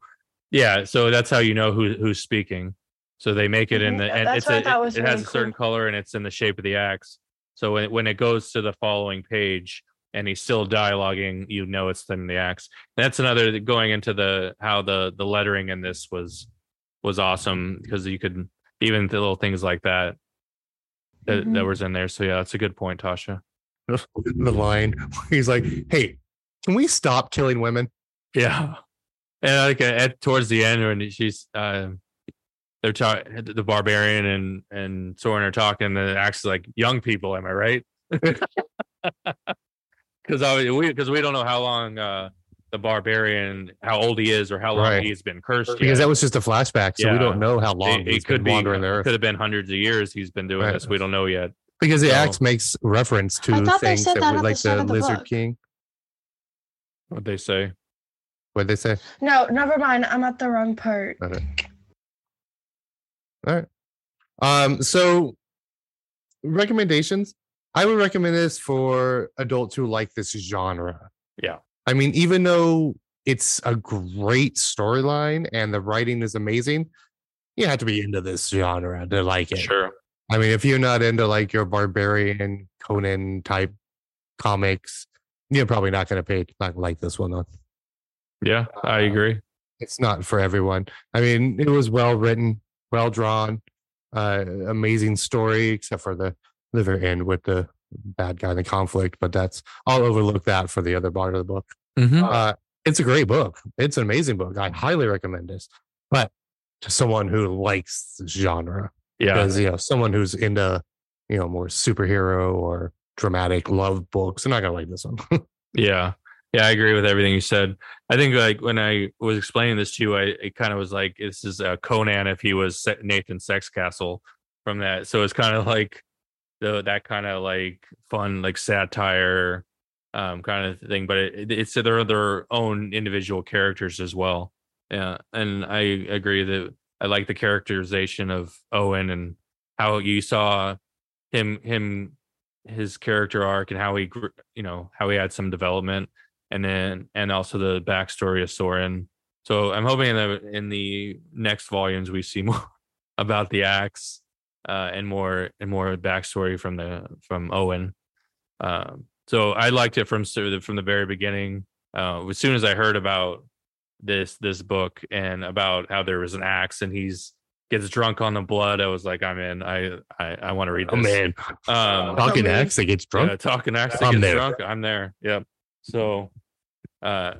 Speaker 2: Yeah. So that's how you know who who's speaking. So they make it in
Speaker 4: Mhm.
Speaker 2: the
Speaker 4: Yeah,
Speaker 2: and
Speaker 4: that's
Speaker 2: it's
Speaker 4: what I
Speaker 2: a,
Speaker 4: thought
Speaker 2: it,
Speaker 4: was
Speaker 2: it
Speaker 4: really
Speaker 2: has a certain color and it's in the shape of the axe. So when when it goes to the following page and he's still dialoguing, you know it's them the axe. that's another going into the how the the lettering in this was was awesome because you could even the little things like that that, that
Speaker 4: Mhm.
Speaker 2: was in there. So yeah, that's a good point, Tasha.
Speaker 3: the line where he's like, "Hey, can we stop killing women?"
Speaker 2: Yeah. And like at towards the end when she's uh they're talking the barbarian and and Soren are talking and it acts like young people, am I right? Cause I we cause we don't know how long uh the barbarian how old he is or how long
Speaker 3: Right.
Speaker 2: he's been cursed yet.
Speaker 3: Because that was just a flashback, so
Speaker 2: Yeah.
Speaker 3: we don't know how long
Speaker 2: it,
Speaker 3: he's
Speaker 2: it could be
Speaker 3: been wandering the
Speaker 2: could
Speaker 3: earth.
Speaker 2: have been hundreds of years he's been doing
Speaker 3: Right.
Speaker 2: this. We don't know yet.
Speaker 3: Because the
Speaker 2: so-
Speaker 3: axe makes reference to
Speaker 4: I thought they
Speaker 3: things
Speaker 4: said
Speaker 3: that,
Speaker 4: that
Speaker 3: were
Speaker 4: on the
Speaker 3: like
Speaker 4: side
Speaker 3: the,
Speaker 4: of the
Speaker 3: Lizard
Speaker 4: book.
Speaker 3: King.
Speaker 2: What they say.
Speaker 3: What they say?
Speaker 4: No, never mind. I'm at the wrong part.
Speaker 3: Okay. Um, so recommendations. I would recommend this for adults who like this genre.
Speaker 2: Yeah.
Speaker 3: I mean, even though it's a great storyline and the writing is amazing, you have to be into this genre to like it.
Speaker 2: Sure.
Speaker 3: I mean, if you're not into like your barbarian Conan type comics, you're probably not going to pay not gonna like this one. Though.
Speaker 2: Yeah, I agree.
Speaker 3: It's not for everyone. I mean, it was well written, well drawn, uh, amazing story, except for the the very end with the bad guy and the conflict. But that's I'll overlook that for the other part of the book. Uh, it's a great book. It's an amazing book. I highly recommend this. But to someone who likes this genre,
Speaker 2: Yeah.
Speaker 3: because you know someone who's into you know more superhero or dramatic love books they're not gonna like this one
Speaker 2: Yeah. Yeah, I agree with everything you said. I think like when I was explaining this to you, I it kind of was like this is uh, Conan if he was Se- Nathan Sexcastle from that. So it's kind of like the that kind of like fun like satire um kind of thing, but it, it's their their own individual characters as well. Yeah, and I agree that I like the characterization of Owen and how you saw him him his character arc and how he grew, you know, how he had some development and then and also the backstory of Soren. So I'm hoping in the in the next volumes we see more about the axe uh, and more and more backstory from the from Owen. Um, so I liked it from so the- from the very beginning. Uh, as soon as I heard about this this book and about how there was an axe and he's gets drunk on the blood, I was like, I'm in. I I, I want to read this. Oh, Um,
Speaker 3: talking
Speaker 4: Oh, man.
Speaker 3: axe that gets drunk
Speaker 2: yeah, talking axe
Speaker 3: I'm
Speaker 2: I'm
Speaker 3: there.
Speaker 2: drunk. I'm there. Yep. So uh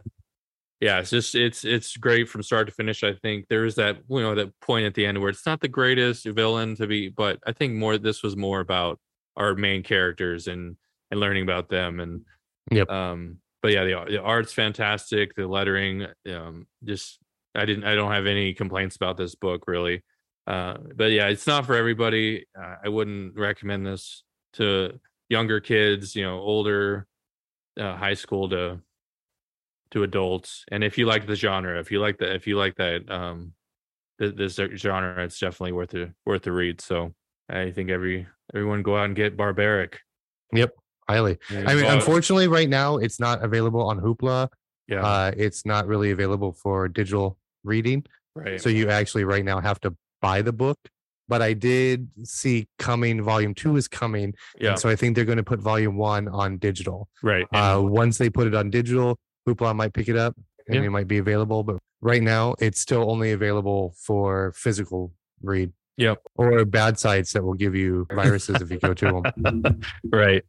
Speaker 2: yeah, it's just it's it's great from start to finish. I think there is that you know that point at the end where it's not the greatest villain to be, but I think more this was more about our main characters and and learning about them and
Speaker 3: Yep.
Speaker 2: Um, but yeah, the, the art's fantastic. The lettering, um, just I didn't, I don't have any complaints about this book really. Uh, but yeah, it's not for everybody. Uh, I wouldn't recommend this to younger kids. You know, older, uh, high school to to adults. And if you like the genre, if you like the, if you like that, um, th- this genre, it's definitely worth a worth a read. So I think every everyone go out and get Barbaric.
Speaker 3: Highly. I mean,
Speaker 2: Well,
Speaker 3: unfortunately, right now it's not available on Hoopla.
Speaker 2: yeah,
Speaker 3: Uh, it's not really available for digital reading.
Speaker 2: right.
Speaker 3: So you actually right now have to buy the book. But I did see coming volume two is coming.
Speaker 2: yeah,
Speaker 3: And so I think they're going to put volume one on digital.
Speaker 2: right.
Speaker 3: Uh, once they put it on digital, Hoopla might pick it up and
Speaker 2: Yeah.
Speaker 3: it might be available. But right now it's still only available for physical read.
Speaker 2: Yep.
Speaker 3: Or bad sites that will give you viruses if you go to them.
Speaker 2: right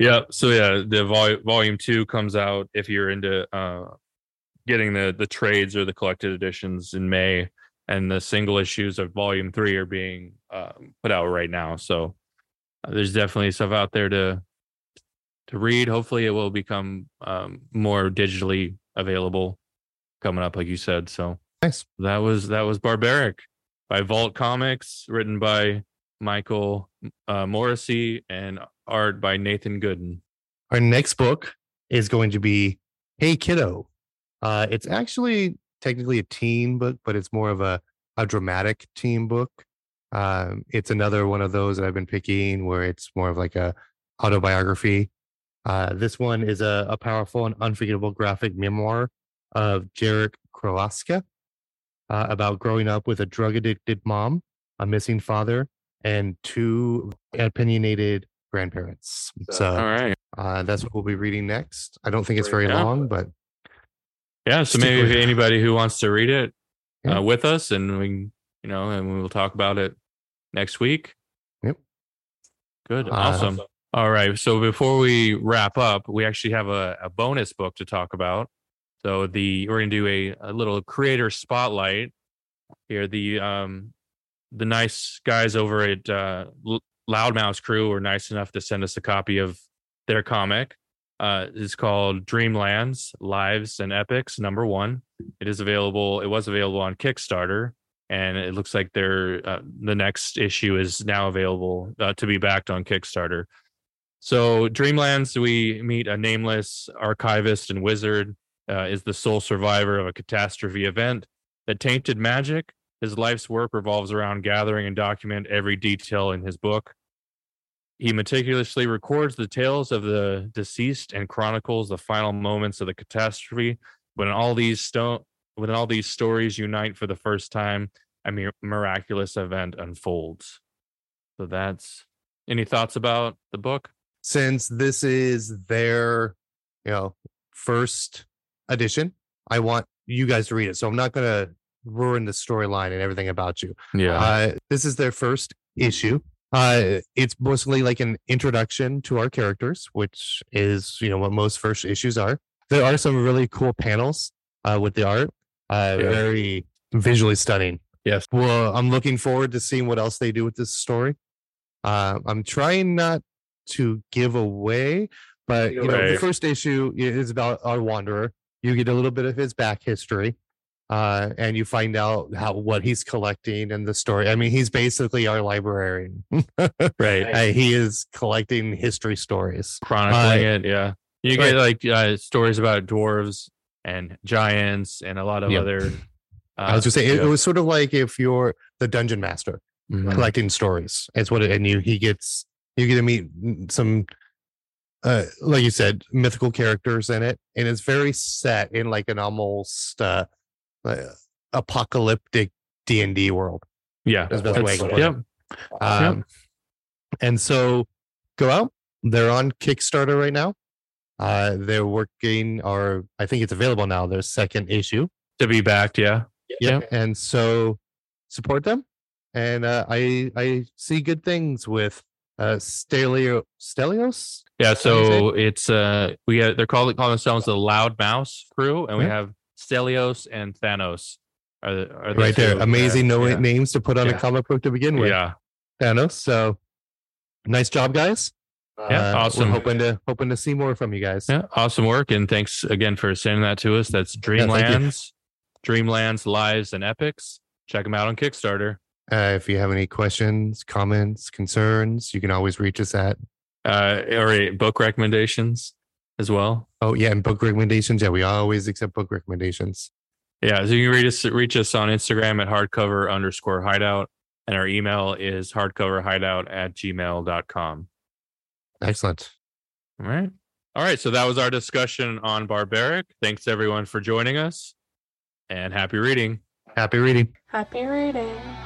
Speaker 2: yeah so yeah the vol- volume two comes out if you're into uh getting the the trades or the collected editions in may and the single issues of volume three are being um, put out right now so uh, there's definitely stuff out there to to read hopefully it will become um, more digitally available coming up like you said so
Speaker 3: Nice.
Speaker 2: that was that was barbaric by vault comics written by michael uh, Morrissey and art by Nathan Gooden.
Speaker 3: Our next book is going to be Hey Kiddo. Uh, it's actually technically a teen book, but it's more of a, a dramatic teen book. Um, it's another one of those that I've been picking where it's more of like a autobiography. Uh, this one is a, a powerful and unforgettable graphic memoir of Jarek Kralaska uh, about growing up with a drug addicted mom, a missing father, and two opinionated grandparents. So,
Speaker 2: All right.
Speaker 3: uh, that's what we'll be reading next. I don't think it's very
Speaker 2: Yeah.
Speaker 3: long, but
Speaker 2: Yeah. So
Speaker 3: Stick
Speaker 2: maybe
Speaker 3: with
Speaker 2: if
Speaker 3: it.
Speaker 2: anybody who wants to read it
Speaker 3: Yeah.
Speaker 2: uh, with us, and we, can, you know, and we will talk about it next week.
Speaker 3: Yep.
Speaker 2: Good.
Speaker 3: Uh,
Speaker 2: awesome. All right. So before we wrap up, we actually have a, a bonus book to talk about. So the we're gonna do a, a little creator spotlight here. The um the nice guys over at uh, L- Loudmouse Crew were nice enough to send us a copy of their comic. Uh, it's called Dreamlands, Lives and Epics Number One. It is available. It was available on Kickstarter, and it looks like their uh, the next issue is now available uh, to be backed on Kickstarter. So Dreamlands, we meet a nameless archivist and wizard uh, is the sole survivor of a catastrophe event that tainted magic. His life's work revolves around gathering and document every detail in his book. He meticulously records the tales of the deceased and chronicles the final moments of the catastrophe. When all these sto- when all these stories unite for the first time, a mir- miraculous event unfolds. So that's any thoughts about the book?
Speaker 3: since this is their, you know, first edition, I want you guys to read it. So I'm not going to ruin the storyline and everything about you. Uh, this is their first issue. Uh, it's mostly like an introduction to our characters, which is you know what most first issues are. There are some really cool panels uh, with the art, uh,
Speaker 2: Yeah.
Speaker 3: very visually stunning.
Speaker 2: Yes.
Speaker 3: Well, I'm looking forward to seeing what else they do with this story. Uh, I'm trying not to give away, but you know, the
Speaker 2: Right.
Speaker 3: first issue i- is about our wanderer. You get a little bit of his back history uh, and you find out how what he's collecting and the story. I mean, he's basically our librarian.
Speaker 2: right.
Speaker 3: Uh, he is collecting history stories.
Speaker 2: chronicling it. Yeah, you
Speaker 3: Right.
Speaker 2: get like uh, stories about dwarves and giants and a lot of
Speaker 3: Yeah.
Speaker 2: other. Uh,
Speaker 3: I was gonna say it,
Speaker 2: yeah.
Speaker 3: it was sort of like if you're the dungeon master
Speaker 2: Mhm.
Speaker 3: collecting stories. It's what, it, and you he gets you get to meet some, uh, like you said, mythical characters in it, and it's very set in like an almost uh, uh, apocalyptic D and D world.
Speaker 2: yeah,
Speaker 3: That's the best way I can
Speaker 2: That's-
Speaker 3: put it.
Speaker 2: yep. Yep.
Speaker 3: Um, And so go out. They're on Kickstarter right now. Uh, they're working, or I think it's available now, their second issue.
Speaker 2: to be backed. Yeah,
Speaker 3: Yeah. And so support them. And uh, I I see good things with uh, Stelio, Stelios.
Speaker 2: yeah. So
Speaker 3: Amazing.
Speaker 2: it's uh, we have, they're called calling themselves the Loud Mouse Crew, and we
Speaker 3: Yeah.
Speaker 2: have Stelios and Thanos. Are, the- are the
Speaker 3: Right there.
Speaker 2: two, uh,
Speaker 3: Amazing no
Speaker 2: yeah.
Speaker 3: names to put on
Speaker 2: Yeah.
Speaker 3: a comic book to begin with.
Speaker 2: Yeah,
Speaker 3: Thanos. So nice job, guys. Uh,
Speaker 2: Yeah,
Speaker 3: we're
Speaker 2: awesome.
Speaker 3: hoping to hoping to see more from you guys.
Speaker 2: Yeah, awesome work, and thanks again for sending that to us. That's
Speaker 3: thank you.
Speaker 2: Dreamlands, Dreamlands Lives and Epics. Check them out on Kickstarter.
Speaker 3: Uh, if you have any questions, comments, concerns, you can always reach us at
Speaker 2: Uh, or uh, book recommendations as well.
Speaker 3: oh yeah, and book recommendations. Yeah, we always accept book recommendations.
Speaker 2: Yeah, so you can reach us reach us on Instagram at hardcover underscore hideout, and our email is hardcoverhideout at gmail.com.
Speaker 3: Excellent.
Speaker 2: All right. All right. So that was our discussion on Barbaric. Thanks everyone for joining us and happy reading.
Speaker 3: Happy reading.
Speaker 4: Happy reading.